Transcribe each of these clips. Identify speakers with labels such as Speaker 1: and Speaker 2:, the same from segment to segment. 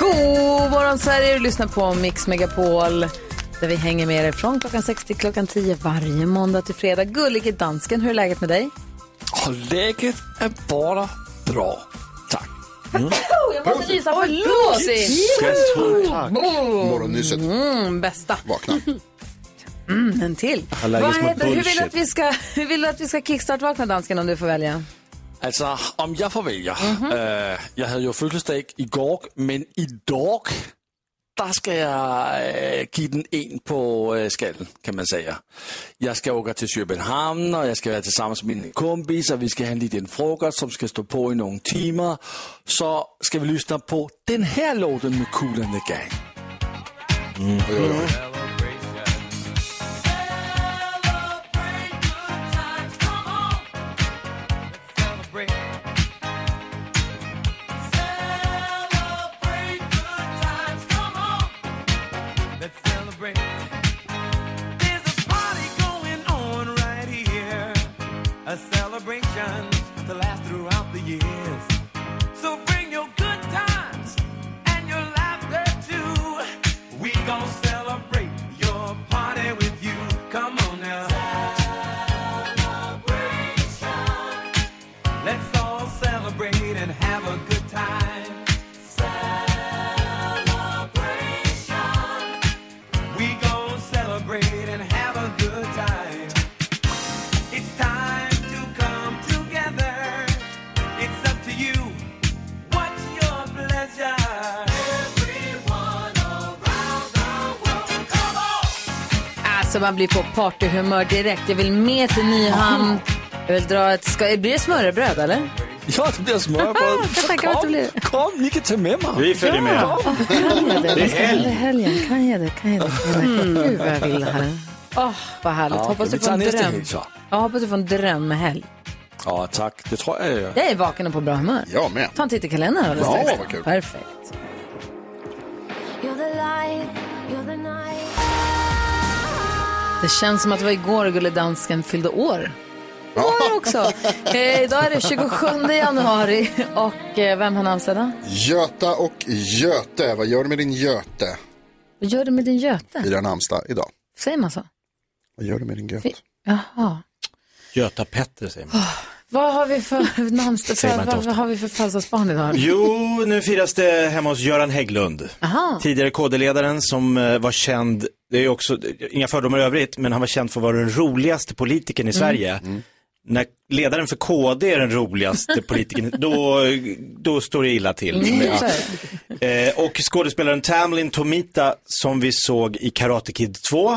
Speaker 1: God morgon Sverige, du lyssnar på Mix Megapol där vi hänger med er från klockan 6 till klockan 10 varje måndag till fredag. Gullige dansken, hur är läget med dig?
Speaker 2: Och läget är bara bra. Tack.
Speaker 1: Jag måste nysa, förlåt!
Speaker 3: Morgonnyset.
Speaker 1: Mm, bästa.
Speaker 3: Vakna.
Speaker 1: Mm, en till. Vad
Speaker 2: Allergisk mot
Speaker 1: heter, hur vill du att
Speaker 2: bullshit.
Speaker 1: vi ska, hur vill du att vi ska kickstart-vakna dansken om du får välja?
Speaker 2: Alltså, om jag får välja. eh, jag hade ju födelsedag igår, men idag där ska jag äh, ge den en på äh, skallen, kan man säga. Jag ska åka till Köpenhamn och jag ska vara tillsammans med mina kompisar. Vi ska ha en liten frukost som ska stå på i några timmar. Så ska vi lyssna på den här låten med Cool and the Gang.
Speaker 4: Celebrate your party with you. Come on now. Let's all celebrate and have a good time. Celebration. We gon' celebrate and have a good time. It's time to come together. It's up to you. What's your pleasure? Everyone around the world. Come on.
Speaker 1: Alltså man blir på partyhumör direkt. Jag vill med till Nyhamn. Jag vill dra ett... Ska, blir det smörrebröd eller?
Speaker 2: Ja, det blir smörbröd.
Speaker 1: Jag tänker att det blir-
Speaker 2: kom, kom, ni kan ta med mig.
Speaker 5: Vi följer med.
Speaker 1: Kan jag det? Vad ska jag göra i helgen? Kan jag det? Kan jag det? Kan jag det? Gud vad jag vill det här. Mm. Åh, vad härligt.
Speaker 2: Ja,
Speaker 1: hoppas du
Speaker 2: vi
Speaker 1: får
Speaker 2: tar
Speaker 1: en
Speaker 2: nästa
Speaker 1: dröm.
Speaker 2: helg så.
Speaker 1: Jag hoppas du får en drömhelg.
Speaker 2: Ja, tack. Det tror jag jag gör.
Speaker 1: Jag är vaken och på bra humör.
Speaker 3: Jag med.
Speaker 1: Ta en titt i kalendern alldeles
Speaker 3: Ja,
Speaker 1: strax.
Speaker 3: vad kul.
Speaker 1: Perfekt. Det känns som att det var igår Gullig Dansken fyllde år. År också. Eh, idag är det 27 januari och eh, vem har namnsdag idag?
Speaker 3: Göta och Göte. Vad gör du med din Göte
Speaker 1: Vad gör du med din Göte?
Speaker 3: i den namnsdag idag?
Speaker 1: Säger man så?
Speaker 3: Vad gör du med din Göte?
Speaker 1: Jaha.
Speaker 5: Göta Petter säger man.
Speaker 1: Vad har vi för namnsdag?
Speaker 5: Säger man inte
Speaker 1: Vad, vad har vi för födelsedagsbarn idag?
Speaker 5: Jo, nu firas det hemma hos Göran Hägglund.
Speaker 1: Aha.
Speaker 5: Tidigare KD-ledaren som eh, var känd, det är också, inga fördomar i övrigt, men han var känd för att vara den roligaste politikern i
Speaker 1: Mm.
Speaker 5: Sverige. När ledaren för KD är den roligaste politikern, då, då står det illa till.
Speaker 1: Mm, så är
Speaker 5: Eh, och skådespelaren Tamlin Tomita som vi såg i Karate Kid 2.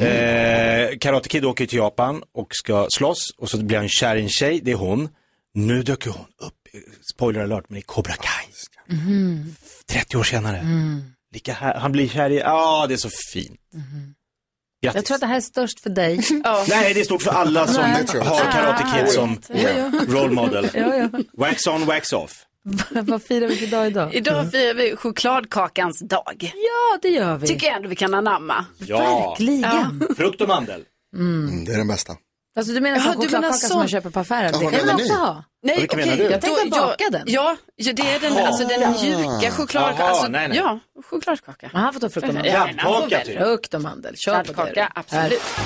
Speaker 5: Eh, Karate Kid åker till Japan och ska slåss och så blir han kär i en tjej, det är hon. Nu dök ju hon upp, eh, spoiler alert, men i Cobra Kai.
Speaker 1: Mm-hmm.
Speaker 5: 30 år senare.
Speaker 1: Mm.
Speaker 5: Lika här, han blir kär i, ja ah, det är så fint. Grattis.
Speaker 1: Mm-hmm. Jag tror att det här är störst för dig. Ja.
Speaker 5: Nej, det är stort för alla som
Speaker 1: Nej.
Speaker 5: har Karate Kid som role model.
Speaker 1: Ja, ja.
Speaker 5: Wax on, wax off.
Speaker 1: Vad firar vi för dag idag?
Speaker 3: Mm.
Speaker 6: Idag firar vi chokladkakans dag.
Speaker 1: Ja, det gör vi.
Speaker 6: Tycker jag ändå vi kan anamma.
Speaker 5: Ja,
Speaker 1: Verkligen.
Speaker 5: frukt och mandel.
Speaker 3: Mm, det är den bästa.
Speaker 1: Alltså du menar
Speaker 6: Jaha,
Speaker 1: sån
Speaker 6: du menar
Speaker 1: chokladkaka som
Speaker 6: sån.
Speaker 1: man köper på affären?
Speaker 3: Ja,
Speaker 1: det
Speaker 3: vad
Speaker 1: kan man
Speaker 3: menar
Speaker 1: också
Speaker 3: ni?
Speaker 1: ha.
Speaker 6: Nej,
Speaker 5: Vilken menar du?
Speaker 1: Jag tänkte
Speaker 6: då-
Speaker 1: baka
Speaker 6: ja,
Speaker 1: den.
Speaker 6: Ja, ja, det är den, alltså, den
Speaker 3: Ah.
Speaker 6: mjuka chokladkakan.
Speaker 5: Jaha,
Speaker 6: Alltså,
Speaker 5: nej, nej.
Speaker 6: Ja, chokladkaka.
Speaker 1: Men han får ta frukt och mandel.
Speaker 6: Ja, men han får
Speaker 5: Kladdkaka,
Speaker 1: alltså,
Speaker 6: väl.
Speaker 5: typ.
Speaker 1: Frukt och mandel, kör på det.
Speaker 6: Kladdkaka,
Speaker 1: då.
Speaker 6: absolut.
Speaker 1: Här.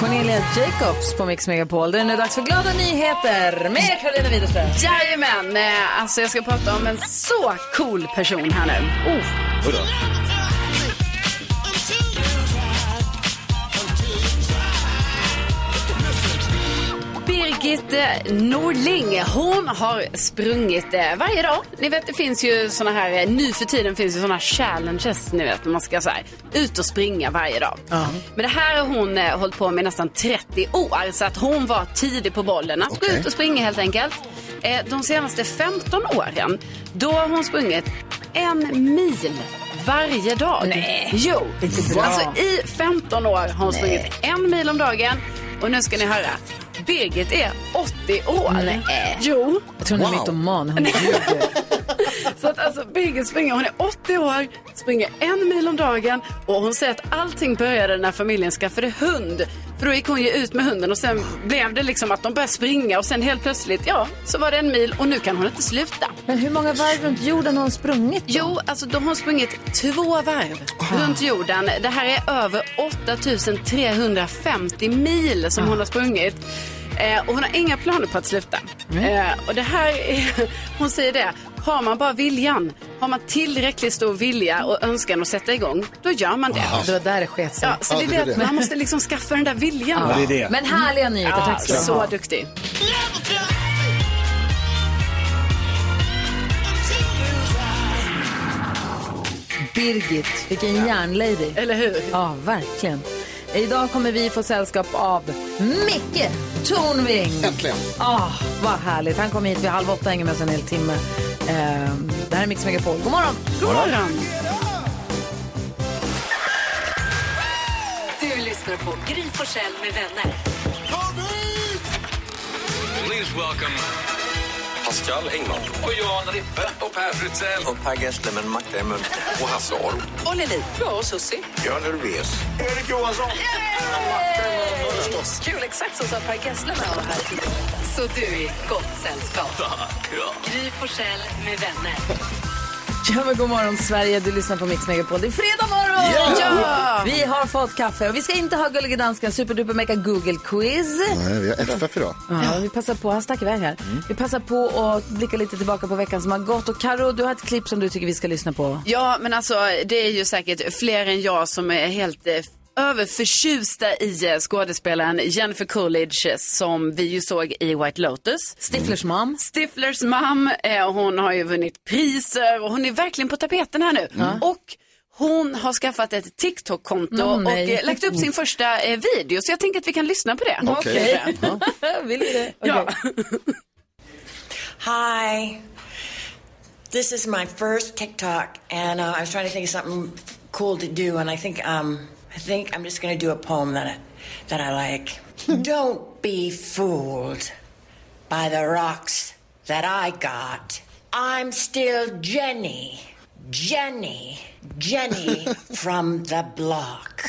Speaker 1: Cornelia Jacobs på Mix Megapol. Det är nu dags för glada nyheter med Karolina Widerström.
Speaker 6: Jajamän, eh, alltså jag ska prata om en så cool person här nu. Oh, Birgit eh, Norling, hon har sprungit eh, varje dag. Ni vet det finns ju såna här, eh, nu för tiden finns ju såna här challenges, ni vet, man ska så här, ut och springa varje dag. Men det här har hon eh, hållit på med i nästan 30 år, så att hon var tidig på bollen. Att gå ut och springa helt enkelt. Eh, De senaste 15 åren, då har hon sprungit en mil varje dag.
Speaker 1: Nej.
Speaker 6: Jo,
Speaker 1: Inte bra.
Speaker 6: alltså i 15 år har hon sprungit en mil om dagen. Och nu ska ni höra, Birgit är 80 år.
Speaker 1: Nej.
Speaker 6: Jo.
Speaker 1: Jag tror hon är mytoman. Hon ljuger.
Speaker 6: Så att alltså Birgit springer, hon är 80 år, springer en mil om dagen och hon säger att allting började när familjen skaffade hund. För då gick hon ju ut med hunden och sen blev det liksom att de började springa och sen helt plötsligt, ja, så var det en mil och nu kan hon inte sluta.
Speaker 1: Men hur många varv runt jorden har hon sprungit?
Speaker 6: Jo, alltså de har sprungit två varv runt jorden. Det här är över 8350 mil som hon har sprungit. Eh, och hon har inga planer på att sluta. Eh, och det här är, hon säger det, har man bara viljan, har man tillräckligt stor vilja och önskan att sätta igång, då gör man det.
Speaker 1: Det var där det sket sig.
Speaker 6: Ja, så det
Speaker 3: Ja,
Speaker 6: är
Speaker 3: det är
Speaker 6: det att
Speaker 3: det.
Speaker 6: man måste liksom skaffa den där viljan.
Speaker 5: Ja, det är det.
Speaker 1: Men härliga nyheter.
Speaker 6: Ja,
Speaker 1: Tack ska du ha.
Speaker 6: så duktig.
Speaker 1: Birgit, vilken järnlady.
Speaker 6: Eller hur?
Speaker 1: Ja, verkligen. Idag kommer vi få sällskap av Micke Tornving.
Speaker 3: Äntligen.
Speaker 1: Ah, vad härligt. Han kommer hit vid halv åtta och hänger med oss en hel timme. Ehm, det här är Mix Megapol. God morgon!
Speaker 6: God morgon.
Speaker 7: Du lyssnar på Gry Forssell med vänner.
Speaker 4: Please welcome Pascal Engman. Och Johan Rippe. Och Per Fritzell. Och Per Gessle med Magda i munnen. Och Hasse Aro.
Speaker 7: Och Lili. Ja, och Susie.
Speaker 4: Björn Ulvaeus.
Speaker 7: Kul, exakt så sa Per Gessle när han var här. Så du är i gott sällskap. Gry Forssell med vänner.
Speaker 1: Ja, men god morgon Sverige, du lyssnar på Mix Megapol. Det är fredag morgon! Ja! Vi har fått kaffe och vi ska inte ha Gullige Dansken superduper mega Google quiz.
Speaker 3: Nej, vi har FF idag. Mm.
Speaker 1: Ja, vi passar på, han stack iväg här. Vi passar på att blicka lite tillbaka på veckan som har gått. Och Karo, du har ett klipp som du tycker vi ska lyssna på.
Speaker 6: Ja, men alltså det är ju säkert fler än jag som är helt eh, överförtjusta i eh, skådespelaren Jennifer Coolidge eh, som vi ju såg i White Lotus.
Speaker 1: Stiflers
Speaker 3: Mm.
Speaker 1: mom.
Speaker 6: Stiflers mam, eh, hon har ju vunnit priser och hon är verkligen på tapeten här nu. Och hon har skaffat ett TikTok-konto
Speaker 1: Åh,
Speaker 6: och
Speaker 1: Mm, nej.
Speaker 6: eh, lagt upp sin första eh, video så jag tänker att vi kan lyssna på det.
Speaker 3: Okej.
Speaker 1: Vill du det?
Speaker 6: Ja.
Speaker 1: Okej.
Speaker 8: Hi. This is my first TikTok, and uh, I was trying to think of something cool to do, and I think um, I think I'm just gonna do a poem that I, that I like. Don't be fooled by the rocks that I got. I'm still Jenny, Jenny, Jenny from the block.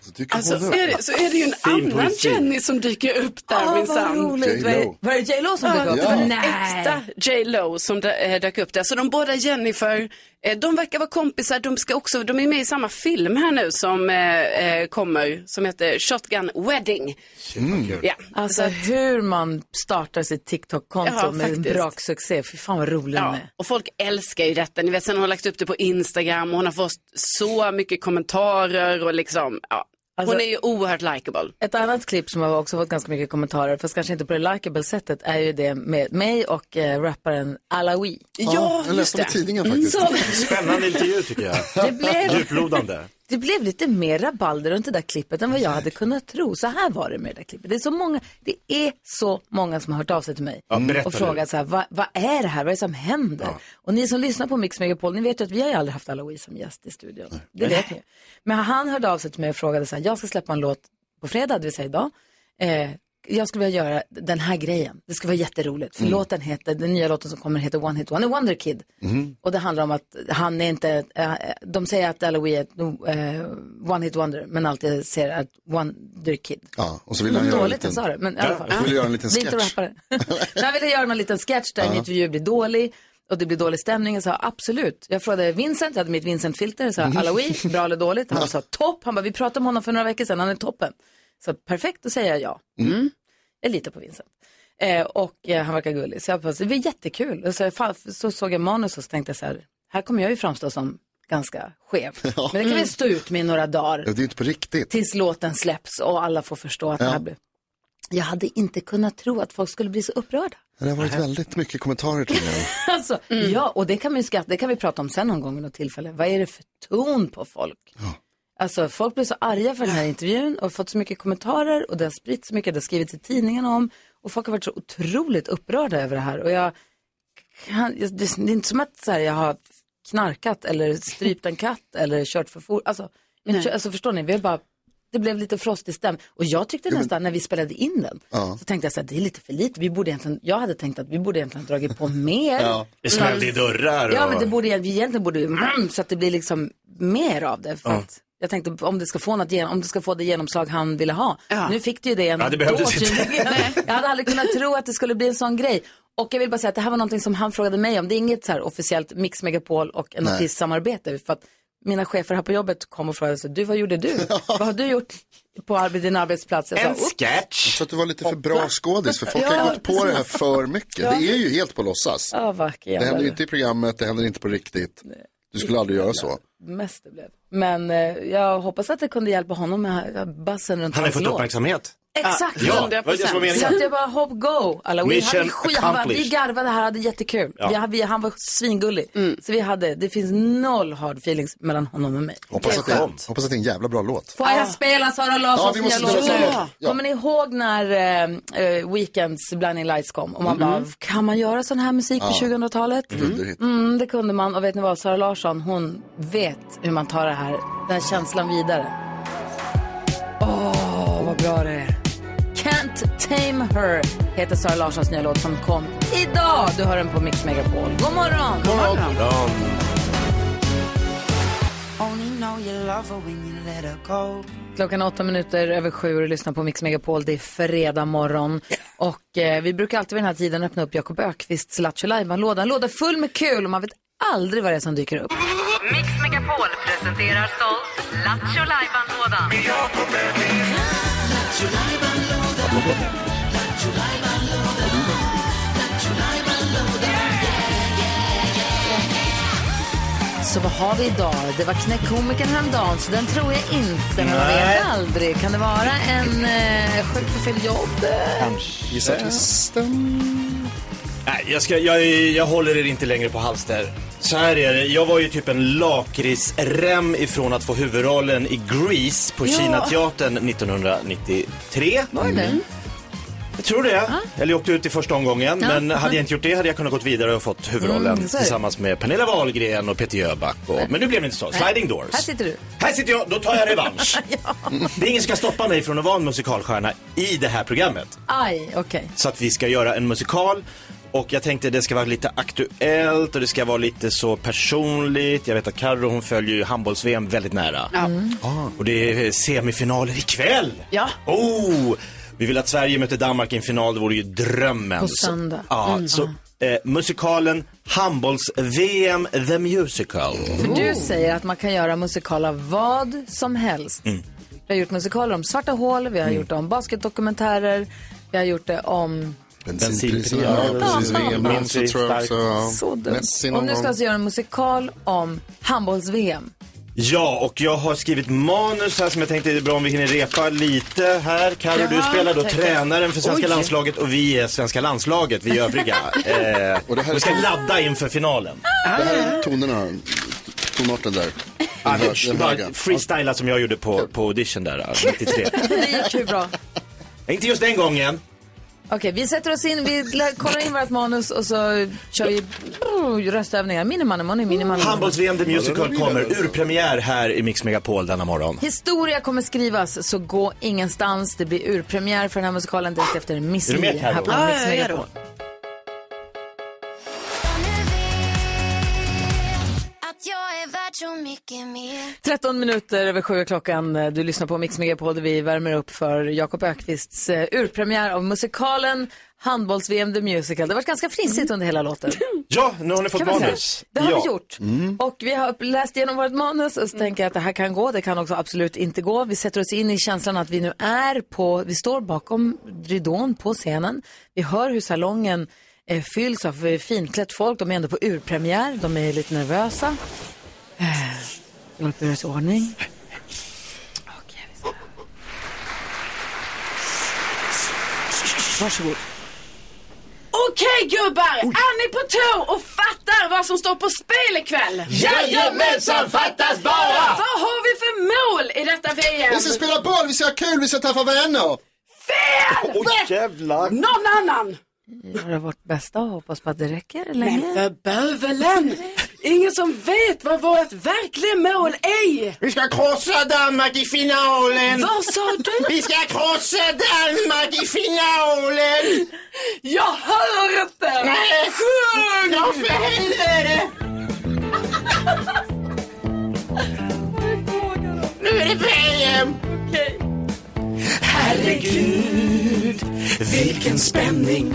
Speaker 3: Så dyker
Speaker 6: Alltså,
Speaker 3: hon
Speaker 6: så
Speaker 3: upp.
Speaker 6: är, det, så är det ju en
Speaker 5: Fin
Speaker 6: annan
Speaker 5: poesi.
Speaker 6: Jenny som dyker upp där
Speaker 1: Åh, vad
Speaker 6: minsann.
Speaker 1: roligt.
Speaker 3: J.Lo.
Speaker 1: Var- Var det J.Lo som dök
Speaker 6: Ja,
Speaker 1: upp?
Speaker 6: det var
Speaker 1: Nej.
Speaker 6: äkta J Lo som dö- eh, dök upp där. Så de båda Jennifer, eh, de verkar vara kompisar, de, ska också, de är med i samma film här nu som eh, eh, kommer, som heter Shotgun Wedding.
Speaker 3: Mm.
Speaker 6: Ja,
Speaker 1: Alltså
Speaker 6: så att-
Speaker 1: hur man startar sitt TikTok-konto
Speaker 6: Ja,
Speaker 1: med en
Speaker 6: faktiskt.
Speaker 1: braksuccé. Fy fan vad rolig hon
Speaker 6: Ja,
Speaker 1: är.
Speaker 6: och folk älskar ju detta. Ni vet, sen har hon lagt upp det på Instagram och hon har fått så mycket kommentarer och liksom, ja.
Speaker 1: Alltså-
Speaker 6: hon är ju oerhört likeable.
Speaker 1: Ett annat klipp som har också fått ganska mycket kommentarer, fast kanske inte på det likeable sättet, är ju det med mig och eh, rapparen Alawi.
Speaker 6: Ja,
Speaker 3: Jag
Speaker 6: just
Speaker 3: läste om
Speaker 6: det.
Speaker 3: i tidningen faktiskt.
Speaker 5: Spännande intervju tycker jag.
Speaker 1: Det blev,
Speaker 5: Djuplodande.
Speaker 1: det blev lite mer rabalder runt det där klippet än vad jag hade kunnat tro. Så här var det med det där klippet. Det är så många, det är så många som har hört av sig till mig
Speaker 5: Ja, berätta
Speaker 1: och
Speaker 5: nu.
Speaker 1: frågat så här, vad, vad är det här? Vad är det som händer? Och ni som lyssnar på Mix Megapol, ni vet ju att vi har ju aldrig haft Alawi som gäst i studion. Det vet ni ju. Men han hörde av sig till mig och frågade så här, jag ska släppa en låt på fredag, det vill säga idag. Eh, jag skulle vilja göra den här grejen. Det skulle vara jätteroligt. För låten heter, den nya låten som kommer heter One Hit One Wonder Kid. Och det handlar om att han är inte, eh, de säger att Alawi är ett eh, One Hit Wonder, men alltid ser att Wonder Kid.
Speaker 3: Ja, och så vill han göra en
Speaker 1: Dåligt jag
Speaker 3: liten...
Speaker 1: sa det, men i alla fall.
Speaker 3: Jag vill göra en liten
Speaker 1: Bli inte
Speaker 3: sketch.
Speaker 1: rappare. Men han ville göra någon liten sketch där en intervju blir dålig och det blir dålig stämning. Jag sa absolut. Jag frågade Vincent, jag hade mitt Vincent-filter. Jag sa
Speaker 3: Mm.
Speaker 1: Alawi, bra eller dåligt? Han sa topp. Han bara, vi pratade om honom för några veckor sedan, han är toppen. Så perfekt, då säger jag ja. Mm. Jag litar på Vincent. Eh, och eh, han verkar gullig. Så jag bara, det var jättekul. Och så, fan, så såg jag manus och så tänkte jag så här, här kommer jag ju framstå som ganska skev. Men det kan vi
Speaker 3: Mm.
Speaker 1: stå ut med i några dagar
Speaker 3: Ja, det är inte på riktigt.
Speaker 1: tills låten släpps och alla får förstå att det här blir... Jag hade inte kunnat tro att folk skulle bli så upprörda.
Speaker 3: Det har varit väldigt mycket kommentarer till den.
Speaker 1: Alltså, ja, och det kan, man ju skratta, det kan vi prata om sen någon gång vid något tillfälle. Vad är det för ton på folk? Alltså folk blev så arga för den här intervjun och fått så mycket kommentarer och det har spritts så mycket, det har skrivits i tidningen om och folk har varit så otroligt upprörda över det här och jag kan, jag- det det är inte som att så här, jag har knarkat eller strypt en katt eller kört för fort, alltså, jag
Speaker 6: Nej.
Speaker 1: tror- alltså förstår ni, vi har bara det blev lite frostig stäm. Och jag tyckte
Speaker 9: Ja, men-
Speaker 1: nästan när vi spelade in den,
Speaker 9: Ja.
Speaker 1: så tänkte jag så här, det är lite för lite. Vi borde egentligen, jag hade tänkt att vi borde egentligen ha dragit på mer.
Speaker 5: Ja. Det smällde i dörrar
Speaker 1: Ja,
Speaker 5: och-
Speaker 1: men det borde, vi egentligen borde ju, så att det blir liksom mer av det. För
Speaker 5: Ja.
Speaker 1: att jag tänkte om det, ska få något, gen- om det ska få det genomslag han ville ha. Nu fick det ju det ändå.
Speaker 5: Ja, det behövdes
Speaker 1: Då,
Speaker 5: inte.
Speaker 1: tydligen. jag hade aldrig kunnat tro att det skulle bli en sån grej. Och jag vill bara säga att det här var någonting som han frågade mig om. Det är inget så här officiellt Mix Megapol och en
Speaker 9: Nej.
Speaker 1: artistsamarbete. För att mina chefer här på jobbet kom och frågade så, du vad gjorde du? vad har du gjort på arbe- din arbetsplats? Jag sa, "Upp."
Speaker 3: sketch. Så att du var lite för bra skådis, för folk
Speaker 1: Ja,
Speaker 3: har gått på det här
Speaker 1: precis.
Speaker 3: för mycket.
Speaker 1: Ja.
Speaker 3: Det är ju helt på låtsas.
Speaker 1: Ja, vacker
Speaker 3: Det
Speaker 1: jävlar.
Speaker 3: händer ju inte i programmet, det händer inte på riktigt. Du skulle aldrig göra så.
Speaker 1: Mest det blev. Men eh, jag hoppas att det kunde hjälpa honom med eh, bassen runt
Speaker 5: Han har
Speaker 1: hans
Speaker 5: fått
Speaker 1: låt.
Speaker 5: uppmärksamhet.
Speaker 1: Exakt.
Speaker 5: Ja, det var det som var
Speaker 1: Så att jag
Speaker 5: meningen.
Speaker 1: bara, hopp, go. Alla, vi,
Speaker 5: Mission
Speaker 1: hade, skit- han bara, vi
Speaker 5: accomplished.
Speaker 1: garvade här, hade jättekul.
Speaker 5: Ja.
Speaker 1: Vi, hade- vi, han var svingullig. Så vi hade, det finns noll hard feelings mellan honom och mig.
Speaker 3: Hoppas att, det, hoppas att det är en jävla bra låt.
Speaker 1: Får jag spela Sara
Speaker 3: Ja,
Speaker 1: Larssons
Speaker 3: vi
Speaker 1: nya
Speaker 3: måste
Speaker 1: låt
Speaker 3: spela
Speaker 1: nu?
Speaker 3: Sara. Ja.
Speaker 1: Kommer ni ihåg när eh, eh, Weekends Blinding Lights kom? Och man
Speaker 5: Mm-hmm.
Speaker 1: bara, kan man göra sån här musik på
Speaker 9: Ja.
Speaker 1: 2000-talet?
Speaker 9: Dunderhit.
Speaker 1: Mm, det kunde man. Och vet ni vad, Sara Larsson, hon vet hur man tar det här, den här känslan vidare. Åh, vad bra det är. Can't Tame Her heter Sara Larssons nya låt som kom idag. Du hör den på Mix Megapol. God morgon!
Speaker 9: God morgon.
Speaker 1: Klockan är åtta minuter över sju och du lyssnar på Mix Megapol. Det är fredag morgon. Och eh, vi brukar alltid vid den här tiden öppna upp Jakob Ökvists Lattjo Lajban-låda. En låda full med kul och man vet aldrig vad det är som dyker upp.
Speaker 7: Mix Megapol presenterar stolt Lattjo Lajban-lådan.
Speaker 1: Så vad har vi idag? Det var knäckkomikern häromdagen, så den tror jag inte. Men man
Speaker 9: Nej.
Speaker 1: vet aldrig. Kan det vara en eh, sjuk på fel jobb?
Speaker 5: Kanske.
Speaker 3: Artisten.
Speaker 5: Nej, jag, ska, jag, jag håller er inte längre på halster. Så här är det, jag var ju typ en lakritsrem ifrån att få huvudrollen i Grease på
Speaker 9: Ja.
Speaker 5: Kinateatern 1993.
Speaker 9: Var det det?
Speaker 5: Jag tror det. Eller jag åkte ut i första omgången,
Speaker 9: Ja.
Speaker 5: men hade
Speaker 9: Mm.
Speaker 5: jag inte gjort det hade jag kunnat gått vidare och fått huvudrollen
Speaker 9: Mm, så är det.
Speaker 5: tillsammans med Pernilla Wahlgren och Peter Jöback. Och, men nu blev det inte så. Sliding Doors.
Speaker 1: Här sitter du.
Speaker 5: Här sitter jag, då tar jag revansch. Det är ingen som ska stoppa mig från att vara en musikalstjärna i det här programmet.
Speaker 1: Aj, okej.
Speaker 5: Så att vi ska göra en musikal. Och jag tänkte det ska vara lite aktuellt och det ska vara lite så personligt. Jag vet att Carro hon följer ju handbolls-VM väldigt nära. Mm. Och det är semifinaler ikväll!
Speaker 6: Ja.
Speaker 5: Oh! Vi vill att Sverige möter Danmark i en final, det vore ju drömmen.
Speaker 1: På söndag.
Speaker 5: Så, ja,
Speaker 1: Mm.
Speaker 5: så eh, musikalen Handbolls-VM The Musical.
Speaker 1: För du säger att man kan göra musikal av vad som helst. Mm. Vi har gjort musikaler om svarta hål, vi har gjort det om basketdokumentärer, vi har gjort det om...
Speaker 3: Bensinpriserna, ja, precis. VM så tror jag också. ja.
Speaker 1: Så dumt.
Speaker 3: Messi
Speaker 1: Och
Speaker 3: någon
Speaker 1: nu ska jag
Speaker 3: gång.
Speaker 1: alltså göra en musikal om handbolls-VM.
Speaker 5: Ja, och jag har skrivit manus här som jag tänkte det är bra om vi hinner repa lite här. Carro, du
Speaker 9: Jaha,
Speaker 5: spelar då
Speaker 9: tack.
Speaker 5: tränaren för svenska
Speaker 9: Oj.
Speaker 5: landslaget och vi är svenska landslaget, vi övriga. eh,
Speaker 3: Och det här är-
Speaker 5: vi ska ladda inför finalen.
Speaker 3: Det här
Speaker 1: Äh.
Speaker 3: är Äh, tonerna, tonarten där.
Speaker 5: Ah,
Speaker 3: Den hö-
Speaker 5: det
Speaker 3: den
Speaker 5: bara
Speaker 3: höga.
Speaker 5: freestyla som jag gjorde på, på audition där, eh, 93.
Speaker 1: Det gick hur bra.
Speaker 5: Inte just den gången.
Speaker 1: Okej, vi sätter oss in, vi lä- kollar in vårt manus och så kör vi brr, röstövningar. Minimanemoni,
Speaker 5: Mm.
Speaker 1: minimanemoni.
Speaker 5: Handbolls-VM The Musical kommer urpremiär här i Mix Megapol denna morgon.
Speaker 1: Historia kommer skrivas, så gå ingenstans. Det blir urpremiär för den här musikalen direkt efter Miss
Speaker 5: Är du med,
Speaker 1: Li
Speaker 5: Karo?
Speaker 1: här på
Speaker 5: Ja,
Speaker 1: Mix
Speaker 5: jag är
Speaker 1: Megapol.
Speaker 10: Att jag är värd så mycket mer
Speaker 1: 13 minuter över sju är klockan. Du lyssnar på Mix Megapol där vi värmer upp för Jakob Ökvists eh, urpremiär av musikalen Handbolls-VM The Musical. Det har varit ganska frissigt under hela låten.
Speaker 5: Ja, nu har ni fått
Speaker 1: Kan man säga?
Speaker 5: manus.
Speaker 1: Det har
Speaker 5: Mm. ja.
Speaker 1: vi gjort. Och vi har upp- läst igenom vårt manus och så tänker jag att det här kan gå, det kan också absolut inte gå. Vi sätter oss in i känslan att vi nu är på, vi står bakom ridån på scenen. Vi hör hur salongen eh, fylls av eh, finklätt folk. De är ändå på urpremiär, de är lite nervösa. Eh, Vi håller på att göra oss i ordning. Varsågod.
Speaker 6: Okej gubbar, är ni på tå och fattar vad som står på spel ikväll?
Speaker 9: Jajamensan, fattas bara!
Speaker 6: Vad har vi för mål i detta VM!
Speaker 3: Vi ska spela boll, vi ska ha kul, vi ska träffa vänner.
Speaker 6: Fel!
Speaker 3: jävlar.
Speaker 6: Någon annan!
Speaker 1: Göra vårt bästa och hoppas på att det räcker
Speaker 6: Men
Speaker 1: länge.
Speaker 6: för bövelen! Ingen som vet vad vårt verkliga mål är!
Speaker 9: Vi ska krossa Danmark i finalen!
Speaker 6: Vad sa du?
Speaker 9: Vi ska krossa Danmark i finalen!
Speaker 6: Jag hör inte!
Speaker 9: Nej, sjung! Ja, för helvete! Nu är det VM!
Speaker 4: Herregud, vilken spänning.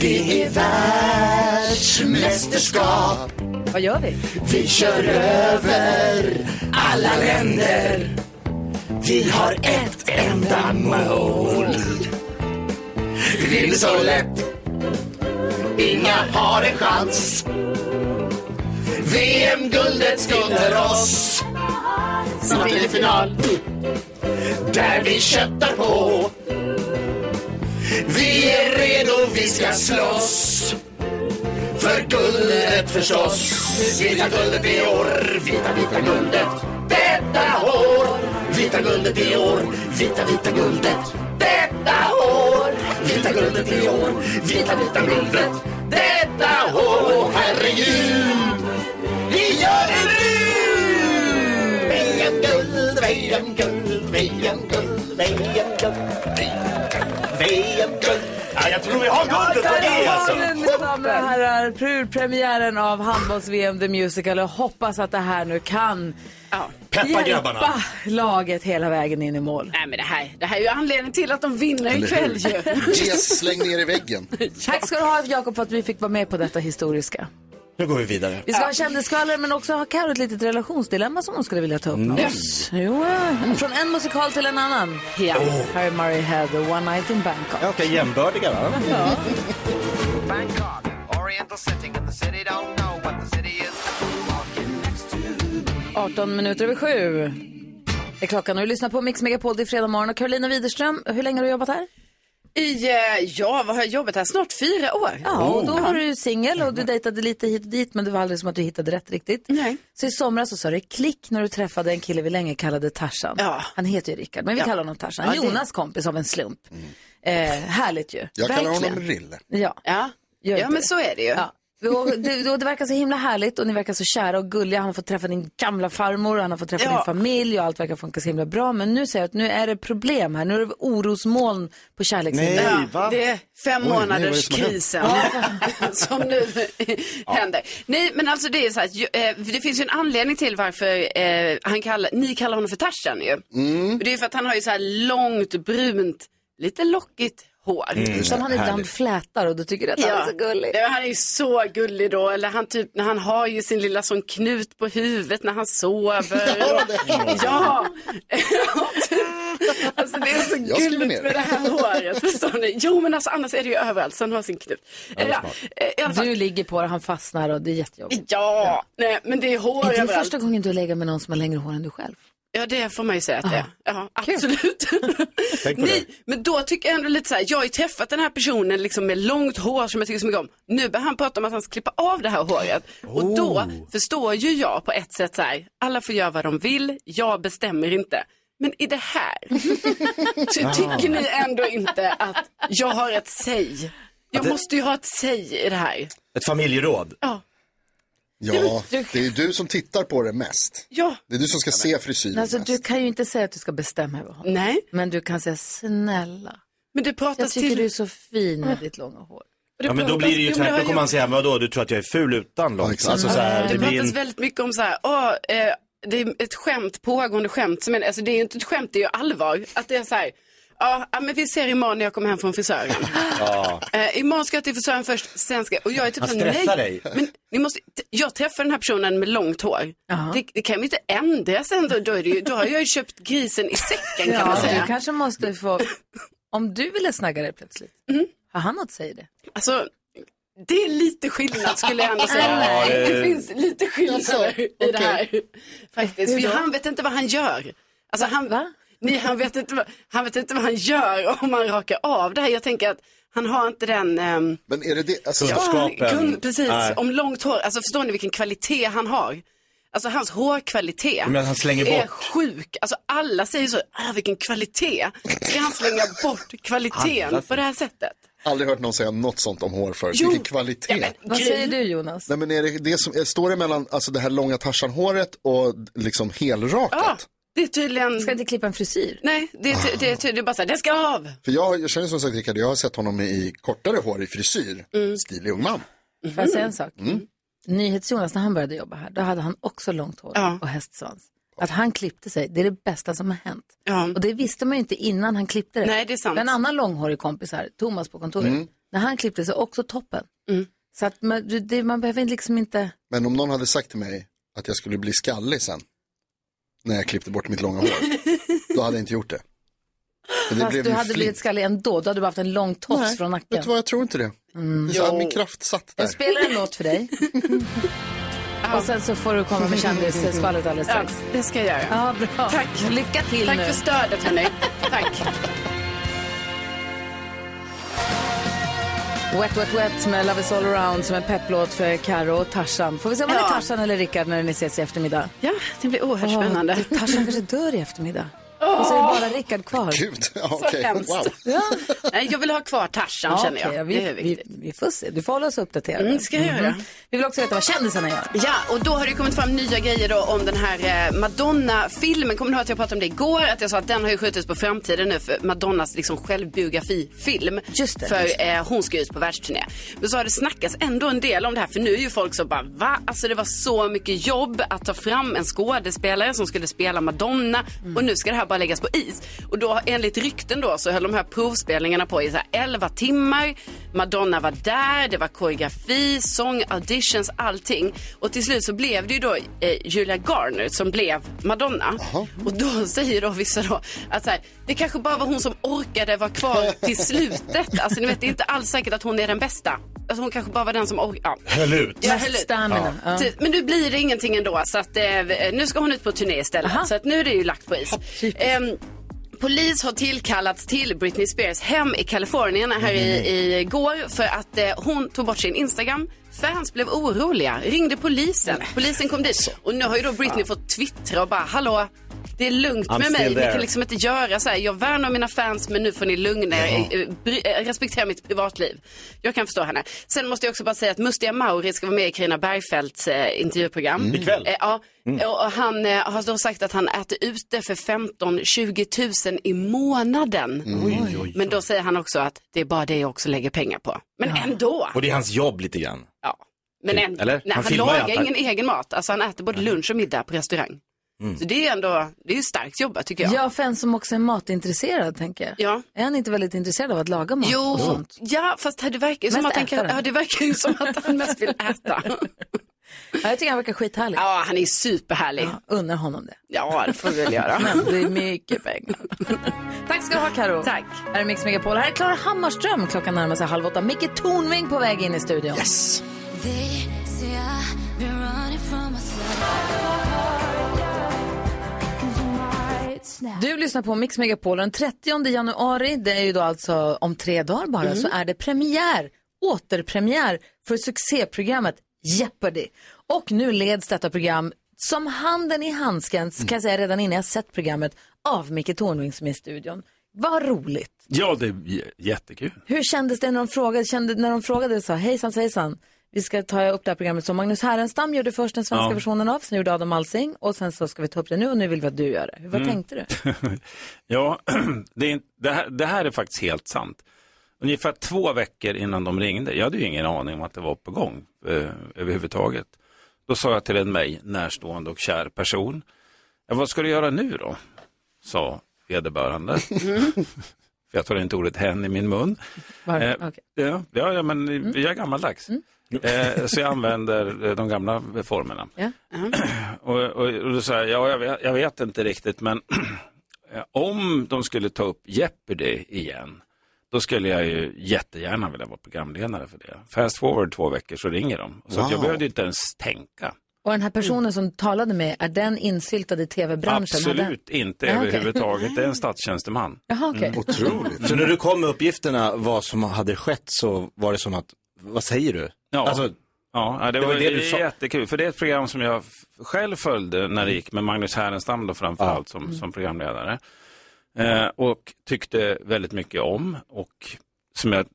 Speaker 4: Det är världsmästerskap.
Speaker 1: Vad gör vi?
Speaker 4: Vi kör över alla länder. Vi har ett enda mål. Det är så lätt. Inga har en chans. VM-guldet skunder oss. Snart är det final. Där vi köttar på. Vi är redo, vi ska slåss. För guldet förstås. Vita guldet i år. Vita, vita guldet. Detta år. Vita guldet i år. Vita, vita guldet. Detta år. Vita guldet i år. Vita, vita guldet. Detta år. Herregud. Vi gör det nu! VM-guld, VM-guld, VM-guld, VM-guld. VM-guld.
Speaker 5: Ja, jag tror vi har guldet
Speaker 1: Där
Speaker 5: och det
Speaker 1: är
Speaker 5: alltså.
Speaker 1: bollen, mina damer och herrar. Prylpremiären av handbolls-VM The Musical. Jag hoppas att det här nu kan
Speaker 6: Peppa grabbarna.
Speaker 1: hjälpa laget hela vägen in i mål.
Speaker 6: Nej men det här, det här är ju anledningen till att de vinner ikväll ju.
Speaker 3: Ges släng ner i väggen.
Speaker 1: Tack ska du ha Jakob för att vi fick vara med på detta historiska.
Speaker 5: Nu går vi vidare.
Speaker 1: Vi ska ha kändisskvaller men också ha Carro ett litet relationsdilemma som hon skulle vilja ta upp med
Speaker 5: Mm.
Speaker 1: oss. Jo, ja. Från en musikal till en annan. Ja. Harry Murray had the one night in Bangkok.
Speaker 5: Ja, Okej, jämbördiga va?
Speaker 1: Ja.
Speaker 4: Bangkok, Oriental sitting in the city, don't know what the city is.
Speaker 1: 18 minuter över sju är klockan och du lyssnar på Mix Megapol. Det är fredag morgon och Carolina Widerström, hur länge har du jobbat här?
Speaker 6: I, eh, ja, vad har jag jobbat här? Snart fyra år.
Speaker 1: Ja, och då
Speaker 6: Oh.
Speaker 1: var du singel och du dejtade lite hit och dit men det var aldrig som att du hittade rätt riktigt.
Speaker 6: Nej.
Speaker 1: Så i somras så sa det klick när du träffade en kille vi länge kallade Tarzan. Han heter ju Rickard men vi
Speaker 6: Ja.
Speaker 1: kallar honom Tarzan.
Speaker 6: Ja, det- Mm.
Speaker 1: Jonas kompis av en slump. Eh, härligt ju.
Speaker 3: Jag kallar honom
Speaker 1: Verkligen.
Speaker 3: Rille.
Speaker 1: Ja,
Speaker 6: ja.
Speaker 1: Gör
Speaker 6: Ja,
Speaker 1: inte
Speaker 6: men så är det ju.
Speaker 1: Ja. Och det, och det verkar så himla härligt och ni verkar så kära och gulliga. Han har fått träffa din gamla farmor och han har fått träffa
Speaker 6: Ja.
Speaker 1: din familj och allt verkar funka så himla bra. Men nu säger jag att nu är det problem här. Nu är det orosmoln på kärlekshimmelen.
Speaker 6: Ja, Det är fem
Speaker 1: Oj, nej, vad är det som har
Speaker 6: månaderskrisen som nu händer. Nej, men alltså det är så här, att ju- eh, det finns ju en anledning till varför eh, han kallar, ni kallar honom för Tarzan ju.
Speaker 1: Mm.
Speaker 6: Och Det är ju för att han har ju så här långt, brunt, lite lockigt hår.
Speaker 1: Som han ibland flätar och du tycker att han är så gullig.
Speaker 6: Ja, han är ju så gullig då. Eller han, typ, när han har ju sin lilla sån knut på huvudet när han sover. ja. alltså det är så
Speaker 4: Jag skriver
Speaker 6: gulligt
Speaker 4: ner.
Speaker 6: med det här håret. Förstår ni? Jo men alltså annars är det ju överallt så han har sin knut.
Speaker 1: Ja, det är smart.
Speaker 6: eh, i alla fall.
Speaker 1: Du ligger på det, han fastnar och det är jättejobbigt.
Speaker 6: Ja, nej, men det är hår
Speaker 1: Är det
Speaker 6: överallt.
Speaker 1: första gången du lägger med någon som har längre hår än du själv?
Speaker 6: Ja, det får man ju säga att det är. Ja, absolut.
Speaker 1: Tänk på
Speaker 6: Nej, men då tycker jag ändå lite så här, jag har ju träffat den här personen liksom med långt hår som jag tycker så mycket om. Nu börjar han prata om att han ska klippa av det här håret. Och då
Speaker 1: Oh.
Speaker 6: förstår ju jag på ett sätt så här, alla får göra vad de vill, jag bestämmer inte. Men i det här, så
Speaker 1: Ah.
Speaker 6: tycker ni ändå inte att jag har ett säg? Jag måste ju ha ett säg i det här.
Speaker 5: Ett familjeråd.
Speaker 6: Ja,
Speaker 3: Ja, det är ju du som tittar på det mest.
Speaker 6: ja.
Speaker 3: Det är du som ska se frisyren.
Speaker 1: Alltså, du kan ju inte säga att du ska bestämma över honom.
Speaker 6: Nej.
Speaker 1: Men du kan säga snälla.
Speaker 6: Men det pratas
Speaker 1: jag tycker
Speaker 6: till-
Speaker 1: du är så fin med ditt långa hår.
Speaker 5: Ja, men då blir det ju tvärtom. Då kommer han säga, vadå, du tror att jag är ful utan locks? Alltså, så här,
Speaker 6: det
Speaker 5: det blir
Speaker 6: pratas
Speaker 5: en...
Speaker 6: väldigt mycket om så här, åh, eh, det är ett skämt, pågående skämt, som är, alltså det är ju inte ett skämt, det är ju allvar. Att det är så här, ja, ja, men vi ser imorgon när jag kommer hem från frisören.
Speaker 5: Ja.
Speaker 6: eh, imorgon ska jag till frisören först, sen ska jag, och jag är typ
Speaker 5: Han
Speaker 6: så här,
Speaker 5: stressar
Speaker 6: nej.
Speaker 5: dig.
Speaker 6: Men ni måste, t- jag träffar den här personen med långt hår. Det, det kan ju inte ändras ändå, då, är det ju, då har jag ju köpt grisen i säcken kan man
Speaker 1: Ja,
Speaker 6: säga.
Speaker 1: du kanske måste få, om du ville snagga dig plötsligt,
Speaker 3: Mm.
Speaker 1: har han något säg det?
Speaker 6: Alltså, det är lite skillnad skulle jag ändå säga.
Speaker 1: Ja,
Speaker 6: det...
Speaker 1: det-
Speaker 6: finns lite
Speaker 1: Alltså,
Speaker 6: skillnader i det här. Faktiskt.
Speaker 1: Hur
Speaker 6: För
Speaker 1: då?
Speaker 6: han vet inte vad han gör. Alltså, han, Nej, han, vet inte vad, han vet inte vad han gör om han rakar av det här. Jag tänker att han har inte den... ehm,
Speaker 3: Men är det det? Alltså,
Speaker 6: ja, kun- precis, om långt hår. Alltså förstår ni vilken kvalitet han har? Alltså hans hårkvalitet
Speaker 5: Du menar att han slänger
Speaker 6: är
Speaker 5: bort?
Speaker 6: sjuk. Alltså alla säger så, ah, vilken kvalitet. Ska han slänga bort kvaliteten
Speaker 3: Alla
Speaker 6: på det här sättet?
Speaker 3: Aldrig hört någon säga något sånt om hår förut.
Speaker 6: Jo.
Speaker 3: Vilken kvalitet.
Speaker 1: Vad säger du Jonas?
Speaker 3: Nej, men är det, det som, står det mellan alltså, det här långa Tarzan-håret och liksom helrakat?
Speaker 6: Ja, det är tydligen... Ska
Speaker 1: inte klippa en frisyr?
Speaker 6: Nej, det är, ty- det är tydligen bara så här, den ska av.
Speaker 3: För jag, jag känner som sagt Rickard, jag har sett honom i kortare hår i frisyr.
Speaker 1: Mm.
Speaker 3: Stilig ung man.
Speaker 1: Får jag säga en sak?
Speaker 3: Mm.
Speaker 1: NyhetsJonas, när han började jobba här, då hade han också långt hår och hästsvans. Att han klippte sig, det är det bästa som har hänt. Och det visste man ju inte innan han klippte det.
Speaker 6: Nej, det är sant.
Speaker 1: En annan långhårig kompis här, Thomas på kontoret,
Speaker 3: Mm.
Speaker 1: när han klippte sig också toppen. Så att man, du- det, man behöver liksom inte...
Speaker 3: Men om någon hade sagt till mig att jag skulle bli skallig sen, när jag klippte bort mitt långa hår, då hade jag inte gjort det. För det
Speaker 1: Fast
Speaker 3: blev
Speaker 1: du
Speaker 3: en
Speaker 1: hade
Speaker 3: flint.
Speaker 1: blivit skallig ändå, då hade du bara haft en lång tofs
Speaker 3: Nej,
Speaker 1: från nacken.
Speaker 3: Vet du vad, jag tror inte det.
Speaker 1: Mm.
Speaker 3: det är så här, min kraft satt där.
Speaker 1: Jag spelar en låt för dig. Och sen så får du komma med kändisskvallret alldeles
Speaker 6: Ja,
Speaker 1: strax.
Speaker 6: det ska jag göra.
Speaker 1: Ja, bra.
Speaker 6: Tack.
Speaker 1: Lycka till
Speaker 6: Tack
Speaker 1: nu.
Speaker 6: för stödet hörni. Tack.
Speaker 1: Wet Wet Wet med Love Is All Around som en pepplåt för Karo och Tarzan. Får vi se om han är
Speaker 6: Ja.
Speaker 1: Tarzan eller Rickard när ni ses i eftermiddag?
Speaker 6: Ja, det blir oerhört spännande.
Speaker 1: Åh, Tarzan kanske dör i eftermiddag. Och så är det bara Rickard kvar.
Speaker 3: Gud,
Speaker 6: Så hemskt. Nej, jag vill ha kvar Tarzan
Speaker 1: Ja,
Speaker 6: känner jag.
Speaker 1: okej, ja,
Speaker 6: det är
Speaker 1: vi,
Speaker 6: viktigt.
Speaker 1: vi, vi får se. Du får hålla oss uppdaterade.
Speaker 6: Mm, det ska jag
Speaker 1: Mhm.
Speaker 6: göra.
Speaker 1: Vi vill också veta vad kändisarna gör.
Speaker 6: Ja, och då har det kommit fram nya grejer då om den här eh, Madonna-filmen. Kommer du ihåg att jag pratade om det igår? Att jag sa att den har ju skjutits på framtiden nu för Madonnas liksom självbiografi-film. Just
Speaker 1: det,
Speaker 6: För
Speaker 1: just
Speaker 6: Eh, hon ska ut på världsturné. Men så har det snackats ändå en del om det här för nu är ju folk så bara va? Alltså det var så mycket jobb att ta fram en skådespelare som skulle spela Madonna och nu ska det här bara läggas på is. Och då enligt rykten då så höll de här provspelningarna på i så här 11 timmar. Madonna var där, det var koreografi, sång, auditions, allting. Och till slut så blev det ju då eh, Julia Garner som blev Madonna. Och då säger då vissa då att så här, det kanske bara var hon som orkade vara kvar till slutet. Alltså ni vet, det är inte alls säkert att hon är den bästa. Alltså hon kanske bara var den som orkade. Ja.
Speaker 5: Höll ut.
Speaker 6: Jag höll ut.
Speaker 1: stamina. Ja.
Speaker 6: Precis. Men nu blir det ingenting ändå. Så att, eh, nu ska hon ut på turné istället. Så att nu är det ju lagt på is. Ehm, Polis har tillkallats till Britney Spears hem i Kalifornien här
Speaker 1: Mm.
Speaker 6: i, i går för att eh, hon tog bort sin Instagram. Fans blev oroliga, ringde polisen. Polisen kom dit och nu har ju då Britney fått twittra och bara hallå, det är lugnt
Speaker 7: I'm
Speaker 6: med mig.
Speaker 7: still
Speaker 6: Ni
Speaker 7: there."
Speaker 6: kan liksom inte göra så här. Jag värnar mina fans men nu får ni lugna er. Eh, bry- eh, Respektera mitt privatliv. Jag kan förstå henne. Sen måste jag också bara säga att Mustiga Mauri ska vara med i Carina Bergfeldts eh, intervjuprogram.
Speaker 7: Mm. Ikväll?
Speaker 6: Eh, ja.
Speaker 7: Mm.
Speaker 6: Och han eh, har då sagt att han äter ute för 15-20 000 i månaden.
Speaker 5: Oj, oj, oj.
Speaker 6: Men då säger han också att det är bara det jag också lägger pengar på. Men ändå.
Speaker 5: Och det är hans jobb lite grann.
Speaker 6: Ja. Men
Speaker 5: Typ,
Speaker 6: ändå.
Speaker 5: eller?
Speaker 6: Nej,
Speaker 5: Han
Speaker 6: han,
Speaker 5: filmar ju
Speaker 6: lagar
Speaker 5: allt här.
Speaker 6: ingen egen mat. Alltså han äter både lunch och middag på restaurang.
Speaker 5: Mm.
Speaker 6: Så det är ändå, det är ju starkt jobbat tycker jag.
Speaker 1: Ja, för en som också är matintresserad, tänker jag.
Speaker 6: Ja.
Speaker 1: Är han inte väldigt intresserad av att laga mat?
Speaker 6: Jo,
Speaker 1: och sånt?
Speaker 6: ja fast det verkar ju som
Speaker 1: Mest
Speaker 6: att han kan,
Speaker 1: äta den.
Speaker 6: ja, det verkar ju som att han mest vill äta.
Speaker 1: Ja, jag tycker han verkar skithärlig.
Speaker 6: Ja, han är superhärlig.
Speaker 1: Ja, unnar honom det.
Speaker 6: Ja, det får vi väl göra.
Speaker 1: Men det är mycket pengar. Tack ska du ha, Karo. Tack. Här är Mix Megapol. Här är Klara Hammarström. Klockan närmar sig halv åtta. Micke Tornving på väg in i studion. Yes.
Speaker 10: They say I've been running from myself.
Speaker 1: Du lyssnar på Mix Megapol. Den 30 januari, det är ju då alltså om tre dagar bara,
Speaker 7: Mm.
Speaker 1: så är det premiär, återpremiär för succéprogrammet Jeopardy. Och nu leds detta program som handen i handsken, ska jag säga redan innan jag sett programmet, av Micke Tornving som är i studion. Vad roligt.
Speaker 11: Ja, det är j- jättekul.
Speaker 1: Hur kändes det när de frågade, kände, när de frågade så, hejsan svejsan, vi ska ta upp det här programmet som Magnus Härenstam gjorde först den svenska
Speaker 11: Ja.
Speaker 1: versionen av, sen gjorde Adam Alsing och sen så ska vi ta upp det nu och nu vill vi att du gör det. Hur- Vad
Speaker 11: Mm.
Speaker 1: tänkte du?
Speaker 11: ja, det, är, inte- det, här, det här är faktiskt helt sant. Ungefär två veckor innan de ringde, jag hade ju ingen aning om att det var på gång eh, överhuvudtaget. Då sa jag till en mig närstående och kär person, "Ja, vad ska du göra nu då? Sa vederbörande.
Speaker 3: Mm.
Speaker 11: För jag tar inte ordet hen i min mun.
Speaker 1: Varför?
Speaker 11: Eh, ja, ja, ja, men
Speaker 1: Mm.
Speaker 11: jag är gammaldags. Eh, så jag använder eh, de gamla formerna.
Speaker 1: Ja.
Speaker 11: Och, och, och då sa jag, ja, jag, vet, jag vet inte riktigt, men eh, om de skulle ta upp Jeopardy igen, då skulle jag ju jättegärna vilja vara programledare för det. Fast forward två veckor så ringer de. Så att jag
Speaker 1: Wow.
Speaker 11: behövde inte ens tänka.
Speaker 1: Och den här personen som talade med, är den insyltad i tv-branschen? Har den-
Speaker 11: Absolut Mm. inte
Speaker 1: Ja, okej.
Speaker 11: överhuvudtaget. Det är en statstjänsteman.
Speaker 1: Jaha, okej.
Speaker 5: Så när du kom med uppgifterna vad som hade skett så var det som att, vad säger du?
Speaker 11: Ja.
Speaker 5: Alltså,
Speaker 11: Ja, ja, det,
Speaker 5: Det
Speaker 11: var,
Speaker 5: var det du sa.
Speaker 11: jättekul. För det är ett program som jag f- själv följde när det gick med Magnus Härenstam då framför allt som,
Speaker 5: Mm.
Speaker 11: som programledare. Eh, och tyckte väldigt mycket om och som jag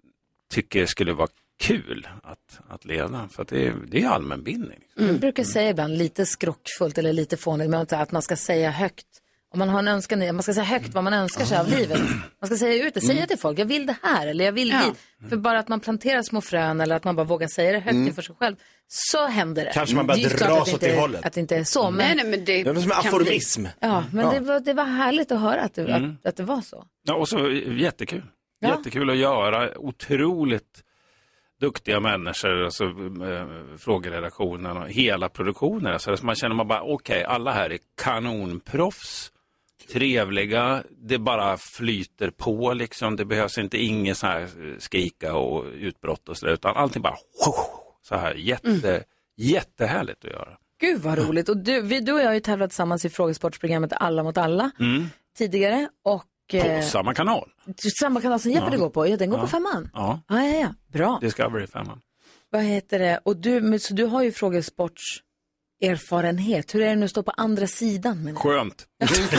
Speaker 11: tycker skulle vara kul att, att leda. För att det, är- det är allmänbildning.
Speaker 1: Jag brukar säga ibland lite skrockfullt eller lite fånigt, men att man ska säga högt. Om man har en önskan, man ska säga högt vad man önskar sig av livet. Man ska säga ut det,
Speaker 5: Mm.
Speaker 1: säga till folk, jag vill det här eller jag vill dit. För bara att man planterar små frön eller att man bara vågar säga det högt
Speaker 5: Mm.
Speaker 1: inför sig själv, så händer det.
Speaker 5: Kanske man bara
Speaker 1: Det är ju
Speaker 5: dras
Speaker 1: klart att
Speaker 5: åt
Speaker 1: inte-
Speaker 5: det hållet.
Speaker 1: Att det inte är så, men...
Speaker 6: Nej, nej, men det
Speaker 5: Det är väl som
Speaker 6: kan
Speaker 5: aforism.
Speaker 6: bli.
Speaker 1: Ja, men
Speaker 11: Ja.
Speaker 1: Det, var, det var härligt att höra att det,
Speaker 11: Mm.
Speaker 1: att, att det var så.
Speaker 11: Ja, och så eh, jättekul.
Speaker 1: Ja.
Speaker 11: Jättekul att göra. Otroligt duktiga människor, alltså, eh, frågeredaktionen och hela produktionen. Alltså, man känner man bara, okej, alla här är kanonproffs. Trevliga, det bara flyter på liksom. Det behövs inte inget så här eh, skrika och utbrott och sådär, utan allting bara så här jätte, jättehärligt att göra.
Speaker 1: Gud vad roligt. Och du, vi, du och jag har ju tävlat tillsammans i frågesportprogrammet Alla mot alla
Speaker 11: Mm.
Speaker 1: tidigare. Och, Eh.
Speaker 11: På samma kanal.
Speaker 1: samma kanal som Jeopardy
Speaker 11: Ja.
Speaker 1: går på, ja den går
Speaker 11: Ja.
Speaker 1: på femman.
Speaker 11: Ja,
Speaker 1: Ja, ja, ja. Bra.
Speaker 11: Discovery 5.
Speaker 1: Vad heter det? Och du, men så du har ju frågesports erfarenhet. Hur är det nu att stå på andra sidan? Men...
Speaker 11: Skönt.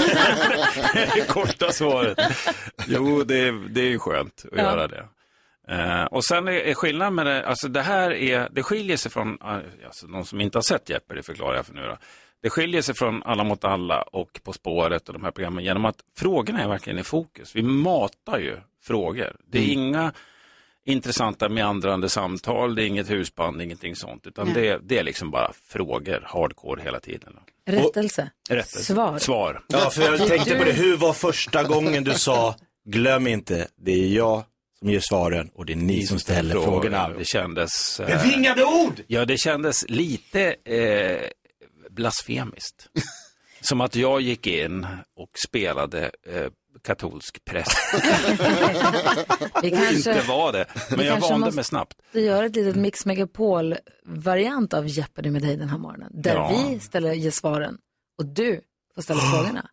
Speaker 11: Det Korta svaret. Jo, det är, det är ju skönt att
Speaker 1: Ja.
Speaker 11: göra det. Eh, och sen är, är skillnaden med det, alltså det här är, det skiljer sig från, alltså någon som inte har sett Jeopardy förklarar jag för nu då. Det skiljer sig från Alla mot alla och På spåret och de här programmen genom att frågorna är verkligen i fokus. Vi matar ju frågor. Det är inga intressanta meandrande samtal, det är inget husband, ingenting sånt. Utan
Speaker 1: Nej.
Speaker 11: det, det är liksom bara frågor, hardcore hela tiden.
Speaker 1: Rättelse.
Speaker 11: Rättelse.
Speaker 1: Svar.
Speaker 11: Svar.
Speaker 5: Ja, för jag tänkte på det. Hur var första gången du sa, glöm inte, det är jag som ger svaren och det är ni som ställer frågorna.
Speaker 11: Det kändes... eh,
Speaker 5: Bevingade ord!
Speaker 11: Ja, det kändes lite eh, blasfemiskt. Som att jag gick in och spelade eh, katolsk präst.
Speaker 1: Vi
Speaker 11: Inte
Speaker 1: kanske
Speaker 11: var det, men
Speaker 1: vi
Speaker 11: jag
Speaker 1: kanske
Speaker 11: vande
Speaker 1: måste-
Speaker 11: mig snabbt.
Speaker 1: gör ett litet Mix Megapol-variant av Jeopardy med dig den här morgonen. Där
Speaker 11: Ja.
Speaker 1: vi ställer, ger svaren och du får ställa frågorna.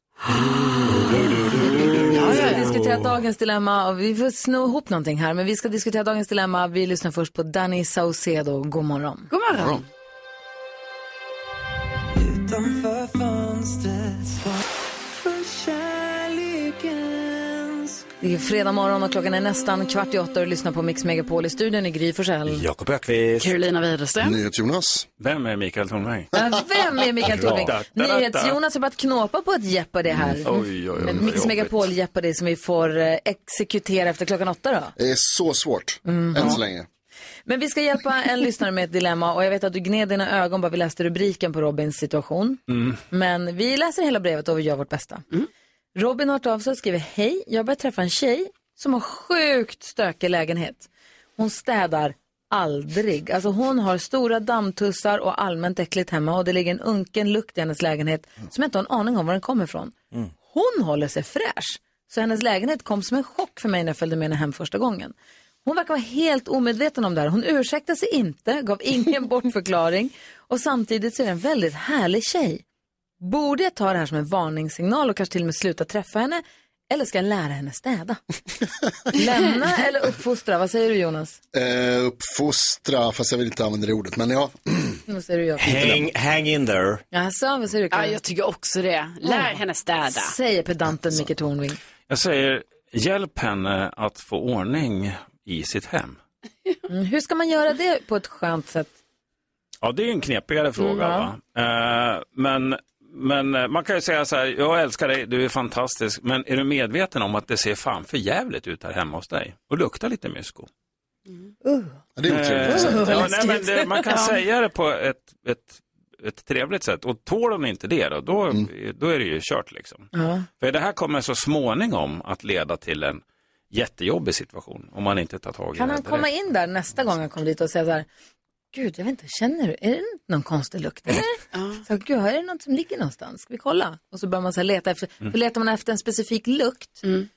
Speaker 1: Ja, vi ska diskutera dagens dilemma. Och vi får sno ihop någonting här, men vi ska diskutera dagens dilemma. Vi lyssnar först på Danny Saucedo. God morgon.
Speaker 6: God morgon.
Speaker 4: Utanför fönstret för kärlekens
Speaker 1: Det är fredag morgon och klockan är nästan kvart i åtta och du lyssnar på Mix Megapol i studion i Gry Forssell.
Speaker 5: Jakob Ökvist.
Speaker 6: Carolina Widerström.
Speaker 3: Jonas.
Speaker 11: Vem är Mikael Tornving?
Speaker 1: Äh, Vem är Mikael
Speaker 11: Bra.
Speaker 1: Tornving?
Speaker 11: Da, da, da, da.
Speaker 1: NyhetsJonas har börjat knåpa på ett Jeopardy här.
Speaker 3: Mm. Oj, oj, oj,
Speaker 1: Men
Speaker 3: vad
Speaker 1: Mix
Speaker 3: jobbigt.
Speaker 1: Megapol Jeopardy som vi får eh, exekutera efter klockan åtta då.
Speaker 3: Det är så svårt,
Speaker 1: Mm.
Speaker 3: än så länge.
Speaker 1: Men vi ska hjälpa en lyssnare med ett dilemma och jag vet att du gned dina ögon bara vi läste rubriken på Robins situation.
Speaker 3: Mm.
Speaker 1: Men vi läser hela brevet och vi gör vårt bästa. Robin har hört av sig och skriver Hej, jag börjar träffa en tjej som har sjukt stökig lägenhet. Hon städar aldrig. Alltså hon har stora dammtussar och allmänt äckligt hemma och det ligger en unken lukt i hennes lägenhet som jag inte har en aning om var den kommer ifrån. Hon håller sig fräsch. Så hennes lägenhet kom som en chock för mig när jag följde med henne hem första gången. Hon verkar vara helt omedveten om det här. Hon ursäktar sig inte, gav ingen bortförklaring och samtidigt så är det en väldigt härlig tjej. Borde jag ta det här som en varningssignal och kanske till och med sluta träffa henne? Eller ska jag lära henne städa? Lämna eller uppfostra? Vad säger du Jonas?
Speaker 3: Eh, uppfostra, fast jag vill inte använda det ordet, men ja.
Speaker 1: Vad säger du Jakob?
Speaker 5: Hang, hang in there.
Speaker 1: Jaså, vad säger du
Speaker 6: Ja, jag tycker också det. Lär
Speaker 1: Åh.
Speaker 6: henne städa.
Speaker 1: Säger pedanten Micke Tornving.
Speaker 11: Jag säger, hjälp henne att få ordning i sitt hem.
Speaker 1: Mm, hur ska man göra det på ett skönt sätt?
Speaker 11: Ja, det är en knepigare fråga.
Speaker 1: Mm,
Speaker 11: va? Eh, men men eh, man kan ju säga så här, jag älskar dig, du är fantastisk, men är du medveten om att det ser fan för jävligt ut här hemma hos dig? Och luktar lite mysko.
Speaker 3: Ja, det är otrevligt att säga.
Speaker 11: ja, nej, men det, Man kan
Speaker 3: Ja.
Speaker 11: säga det på ett, ett, ett trevligt sätt. Och tål hon inte det då, då, då är det ju kört liksom.
Speaker 1: Ja.
Speaker 11: För det här kommer så småningom att leda till en jättejobbig situation om man inte tar tag i
Speaker 1: Kan
Speaker 11: det
Speaker 1: han
Speaker 11: direkt.
Speaker 1: komma in där nästa gång han kommer dit och säga så här, gud jag vet inte, känner du, är det någon konstig lukt? Eller? Så, här, gud, är det något som ligger någonstans? Ska vi kolla? Och så börjar man så här leta efter,
Speaker 6: Mm.
Speaker 1: för letar man efter en specifik lukt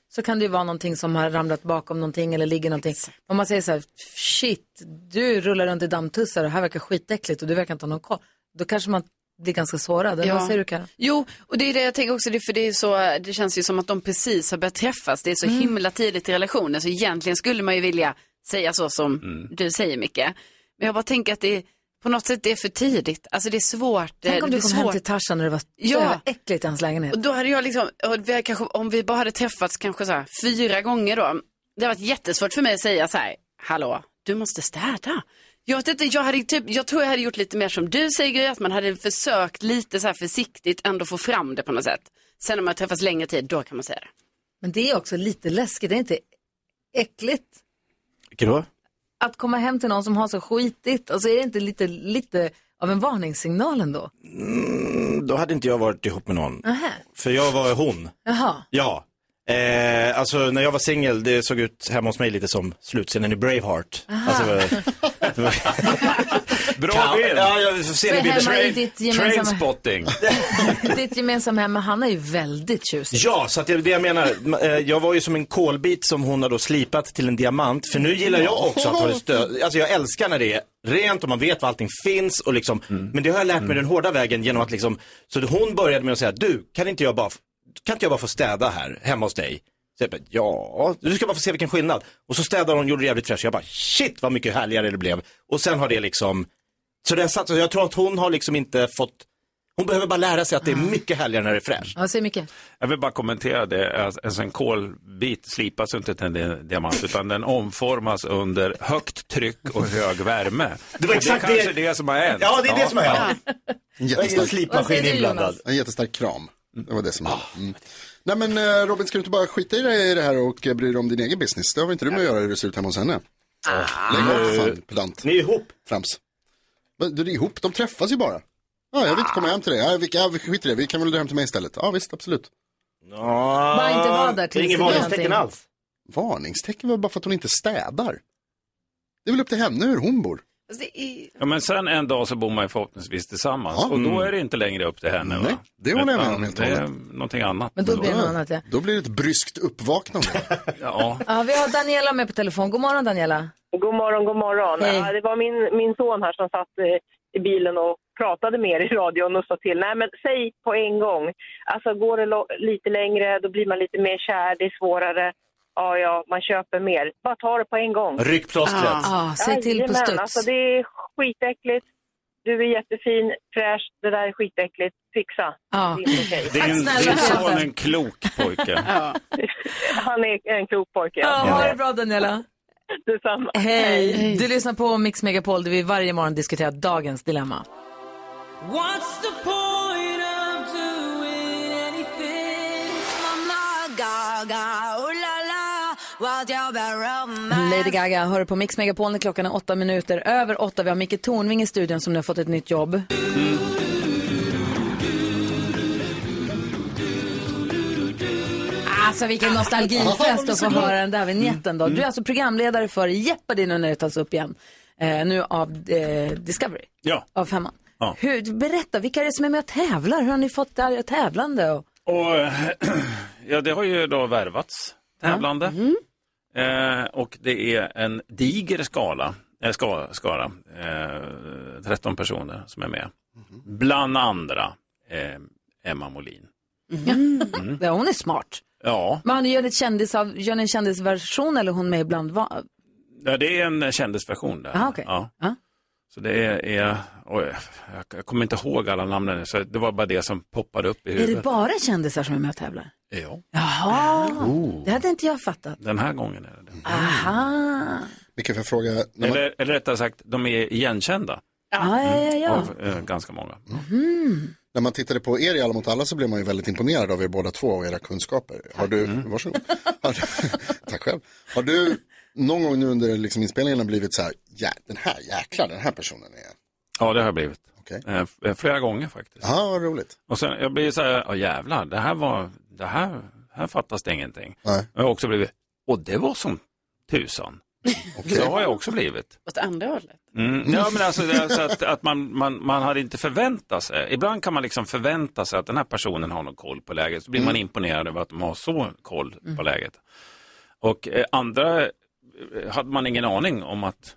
Speaker 1: så kan det ju vara någonting som har ramlat bakom någonting eller ligger någonting. Om man säger så här, shit, du rullar runt i dammtussar och det här verkar skitäckligt och du verkar inte ha någon koll. Då kanske man blir ganska sårad. Eller
Speaker 6: Ja.
Speaker 1: Vad säger du Karin?
Speaker 6: Jo, och det är det jag tänker också, det är för det, är så, det känns ju som att de precis har börjat träffas. Det är så
Speaker 1: Mm.
Speaker 6: himla tidigt i relationen, så
Speaker 1: Mm.
Speaker 6: egentligen skulle man ju vilja säga så som du säger Micke. Men jag bara tänker att det, på något sätt det är för tidigt. Alltså det är svårt.
Speaker 1: Tänk om
Speaker 6: det
Speaker 1: du
Speaker 6: är
Speaker 1: kom
Speaker 6: svårt.
Speaker 1: hem till Tarzan när det var så
Speaker 6: Ja.
Speaker 1: jävla äckligt i hans lägenhet.
Speaker 6: Och då hade jag liksom, och vi hade kanske, om vi bara hade träffats kanske så här fyra gånger då, det hade varit jättesvårt för mig att säga så här, hallå, du måste städa. Jag, vet inte, jag, hade typ, jag tror jag hade gjort lite mer som du säger, Gry, att man hade försökt lite så här försiktigt ändå få fram det på något sätt. Sen om man träffas längre tid, då kan man säga det.
Speaker 1: Men det är också lite läskigt, det är inte äckligt
Speaker 5: Vilket då?
Speaker 1: att komma hem till någon som har så skitigt. Alltså är det inte lite, lite av en varningssignal ändå?
Speaker 5: Mm, då hade inte jag varit ihop med någon.
Speaker 1: Nähä.
Speaker 5: För jag var hon.
Speaker 1: Jaha.
Speaker 5: Ja. Eh, alltså när jag var singel, det såg ut hemma hos mig lite som slutscenen i Braveheart. Alltså, det var- det var-
Speaker 11: Bra bild.
Speaker 5: Ja, jag får se
Speaker 1: Så
Speaker 5: en bild.
Speaker 1: hemma i ditt gemensamma-
Speaker 11: Trainspotting.
Speaker 1: Ditt gemensamma hem med Hanna är ju väldigt tjusigt.
Speaker 5: Ja, så att det är det jag menar. Eh, Jag var ju som en kolbit som hon har då slipat till en diamant. För nu gillar jag också att ha det stö- Alltså jag älskar när det är rent och man vet var allting finns och liksom. Men det har jag lärt mig den hårda vägen genom att liksom. Så hon började med att säga, du, kan inte jag bara, f- kan inte jag bara få städa här hemma hos dig? Så jag bara, ja, du ska bara få se vilken skillnad. Och så städade hon, gjorde det jävligt fräscht. Jag bara, shit vad mycket härligare det blev. Och sen har det liksom, så det har satt, så jag tror att hon har liksom inte fått, hon behöver bara lära sig att det är mycket härligare när det är fräscht.
Speaker 1: Ja, säg mycket.
Speaker 11: Jag vill bara kommentera det. Alltså, Alltså, en kolbit slipas ju inte till en di- diamant utan den omformas under högt tryck och hög värme.
Speaker 5: Det
Speaker 11: Och
Speaker 5: var exakt
Speaker 11: det. är kanske det som har hänt.
Speaker 5: Ja, det är det som har hänt.
Speaker 3: En
Speaker 5: Vad är
Speaker 3: jättestark
Speaker 5: slipmaskin Vad säger du, inblandad? Jonas?
Speaker 3: En jättestark kram. Det var det som hände. Mm. Nej men eh, Robin, ska du inte bara skita i det i det här och eh, bry dig om din egen business? Det har väl inte du med att göra hur det ser ut hemma hos henne? Lägg av fan, pedant.
Speaker 5: Ni är ihop.
Speaker 3: Trams. Men, du, det är ihop, de träffas ju bara. Ja, jag vill inte komma hem till dig. Ja, vi, ja, vi skiter i det, vi kan väl dra hem till mig istället. Ja, visst, absolut.
Speaker 1: Bara inte vara där tills det blir någonting.
Speaker 3: Varningstecken var bara för att hon inte städar. Det är väl upp till henne hur hon bor.
Speaker 6: Alltså, det är...
Speaker 11: Ja, men sen en dag så bor man ju förhoppningsvis tillsammans
Speaker 3: Ja.
Speaker 11: och då
Speaker 3: Mm.
Speaker 11: är det inte längre upp till henne.
Speaker 3: Nej,
Speaker 11: va?
Speaker 3: det håller jag med om
Speaker 11: Utan
Speaker 3: helt och
Speaker 11: Det är
Speaker 3: hållet.
Speaker 11: någonting annat.
Speaker 1: Men då blir det något annat, ja.
Speaker 3: Då blir det ett bryskt uppvaknande.
Speaker 11: ja.
Speaker 1: Ja, vi har Daniela med på telefon. God morgon Daniela.
Speaker 12: God morgon, god morgon.
Speaker 1: Hej.
Speaker 12: Ja, det var min, min son här som satt eh, i bilen och pratade med er i radion och sa till. Nej, men säg på en gång. Alltså går det lo- lite längre, då blir man lite mer kär, det är svårare. Ja, ja, man köper mer. Bara ta det på en gång.
Speaker 5: Ryck plåstret.
Speaker 1: Ja. Ja, säg till på
Speaker 12: Jajamän,
Speaker 1: studs.
Speaker 12: Alltså det är skitäckligt. Du är jättefin, fräsch, det där är skitäckligt. Fixa.
Speaker 1: Ja.
Speaker 12: Det är inte okej.
Speaker 11: Det är en, din son är en klok pojke.
Speaker 12: Han är en klok pojke.
Speaker 1: Ja, ha det bra Daniela.
Speaker 12: Detsamma.
Speaker 1: Hej. Du lyssnar på Mix Megapol där vi varje morgon diskuterar dagens dilemma.
Speaker 4: What's the point of doing anything? Mamma Gaga, oh la la, what you
Speaker 1: Lady Gaga hör på Mix Megapol när klockan är åtta minuter över åtta. Vi har Micke Tornving i studion som nu har fått ett nytt jobb. Alltså vilken nostalgifest att få höra den där vignetten då. Du är alltså programledare för Jeopardy nu när det tas upp igen. Eh, nu av eh, Discovery,
Speaker 11: Ja.
Speaker 1: av Femman.
Speaker 11: Ja.
Speaker 1: Hur, berätta, vilka är det som är med och tävlar? Hur har ni fått det här tävlande? Och,
Speaker 11: Och, ja, det har ju då värvats tävlande.
Speaker 1: Mm.
Speaker 11: Eh, och det är en diger skala, eh, ska, skara, eh, 13 personer som är med. Bland andra eh, Emma Molin. Mm.
Speaker 1: ja, hon är smart.
Speaker 11: Ja,
Speaker 1: Men har ni gör, ni ett kändis av, gör ni en kändisversion eller är hon med ibland? Va?
Speaker 11: ja, det är en kändisversion där.
Speaker 1: Ah, okej.
Speaker 11: ja.
Speaker 1: Ja.
Speaker 11: Så det är, är oj, jag kommer inte ihåg alla namnen, nu, så det var bara det som poppade upp i
Speaker 1: Är
Speaker 11: huvudet.
Speaker 1: det bara kändisar som är med och tävlar?
Speaker 11: Ja, Oh.
Speaker 1: Jaha, det hade inte jag fattat.
Speaker 11: den här gången är det det.
Speaker 1: Aha.
Speaker 3: Vilken får jag fråga? när man-
Speaker 11: Eller, eller rättare sagt, de är igenkända
Speaker 1: Ja, ja, ja. ja.
Speaker 11: av eh, ganska många.
Speaker 3: När man tittade på er i Alla mot alla så blev man ju väldigt imponerad av er båda två och era kunskaper. Har du,
Speaker 11: Mm.
Speaker 3: varsågod. Har du, tack själv. Har du någon gång nu under liksom inspelningarna blivit så här, ja, den här jäklar, den här personen är.
Speaker 11: Ja, det har jag blivit.
Speaker 3: Okej.
Speaker 11: Eh, f- eh, Flera gånger faktiskt.
Speaker 3: Ja, vad roligt.
Speaker 11: Och sen, jag blir så här, ja jävlar, det här var, det här, här fattas det ingenting.
Speaker 3: Nej.
Speaker 11: Jag har också blivit, och det var som tusan. Det har jag också blivit.
Speaker 6: Åt andra hållet.
Speaker 11: Mm. Ja, men alltså, det är alltså att, att man, man, man hade inte förväntat sig. Ibland kan man liksom förvänta sig att den här personen har någon koll på läget. Så blir
Speaker 1: Mm.
Speaker 11: man imponerad över att de har så koll på läget. Och eh, andra eh, hade man ingen aning om att,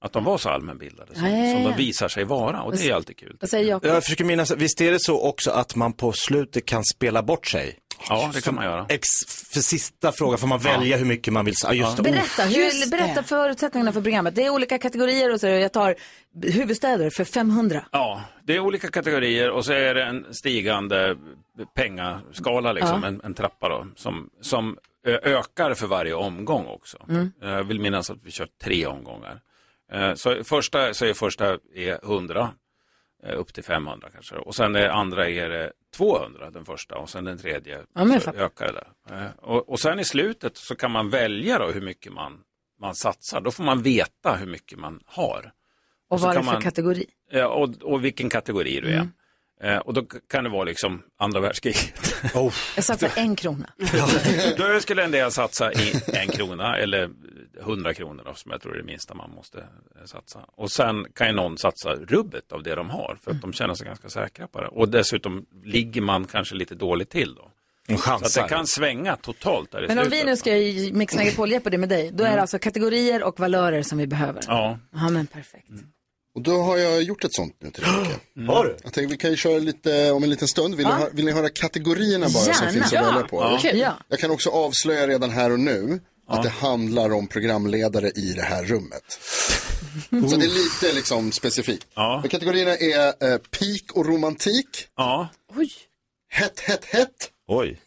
Speaker 11: att de var så allmänbildade som,
Speaker 1: Ja, ja,
Speaker 11: som
Speaker 1: ja.
Speaker 11: de visar sig vara. Och det är alltid kul.
Speaker 1: Vad säger Jakob?
Speaker 5: Jag försöker minnas, visst är det så också att man på slutet kan spela bort sig?
Speaker 11: Ja, det kan man göra.
Speaker 5: Ex, för sista frågan får man välja hur mycket man vill säga. Ja, just det.
Speaker 1: Berätta, hur, berätta förutsättningarna för programmet. Det är olika kategorier och så är det- jag tar huvudstäder för 500.
Speaker 11: Ja, det är olika kategorier och så är det en stigande pengaskala, liksom,
Speaker 1: Ja.
Speaker 11: en, en trappa då, som, som ö, ökar för varje omgång också. Eh,
Speaker 1: Mm.
Speaker 11: Jag vill minnas att vi kört tre omgångar. Eh, Så första, så är första är 100, eh, upp till 500 kanske. Och sen det andra är det 200, den första. Och sen den tredje
Speaker 1: men jag
Speaker 11: så
Speaker 1: fattar.
Speaker 11: ökar det där. Eh, Och, och sen i slutet så kan man välja då hur mycket man, man satsar. Då får man veta hur mycket man har.
Speaker 1: Och
Speaker 11: så
Speaker 1: vad är det
Speaker 11: kan
Speaker 1: för
Speaker 11: man-
Speaker 1: kategori?
Speaker 11: Ja, och, och vilken kategori du är. Eh, och då k- kan det vara liksom andra världskriget.
Speaker 1: Jag satsar en krona.
Speaker 11: då skulle en del satsa i en krona eller hundra kronor då, som jag tror är det minsta man måste eh, satsa. Och sen kan ju någon satsa rubbet av det de har för att de känner sig ganska säkra på det. Och dessutom ligger man kanske lite dåligt till då.
Speaker 5: En
Speaker 11: Så att det
Speaker 5: chansar.
Speaker 11: kan svänga totalt där i
Speaker 1: Men om
Speaker 11: slutet.
Speaker 1: vi nu ska i Mix Megapol på det med dig, då är det alltså kategorier och valörer som vi behöver.
Speaker 11: Mm. Ja.
Speaker 1: Ja, men perfekt.
Speaker 3: Mm. Och då har jag gjort ett sånt nu till dig.
Speaker 5: Har du?
Speaker 3: Jag tänkte vi kan ju köra lite om en liten stund. Vill,
Speaker 1: Ja.
Speaker 3: ni, hö- vill ni höra kategorierna bara som
Speaker 1: Gärna.
Speaker 3: finns att
Speaker 1: Ja.
Speaker 3: välja på?
Speaker 1: Ja. Kul. Ja.
Speaker 3: Jag kan också avslöja redan här och nu att det handlar om programledare i det här rummet. Så det är lite liksom specifikt. Men Kategorierna är eh, peak och romantik.
Speaker 11: Ja.
Speaker 1: Oj.
Speaker 3: Hett, hett, hett.
Speaker 5: Oj.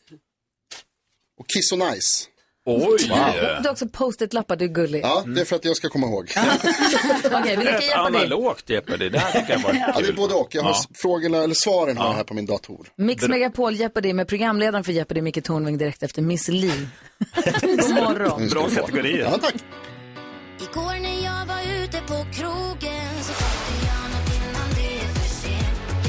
Speaker 3: Och kiss och nice.
Speaker 11: Oj.
Speaker 1: Och Du har också post-it-lappar, du är gullig.
Speaker 3: Ja, det är för att jag ska komma ihåg.
Speaker 1: Okej, vi leker
Speaker 11: Ett
Speaker 1: Jeopardy.
Speaker 11: analogt Jeopardy, det där tycker jag var
Speaker 3: Ja, det är både och. Jag har
Speaker 11: Ja.
Speaker 3: s- frågorna, eller svaren har jag här på min dator.
Speaker 1: Mix Megapol Jeopardy med programledaren för Jeopardy, Micke Tornving, direkt efter Miss Li. God morgon.
Speaker 3: Nu ska
Speaker 5: Bra
Speaker 3: vi få.
Speaker 5: kategorier.
Speaker 3: Ja, tack.
Speaker 10: Igår när jag var ute på krogen så köpte jag något innan det är för sent.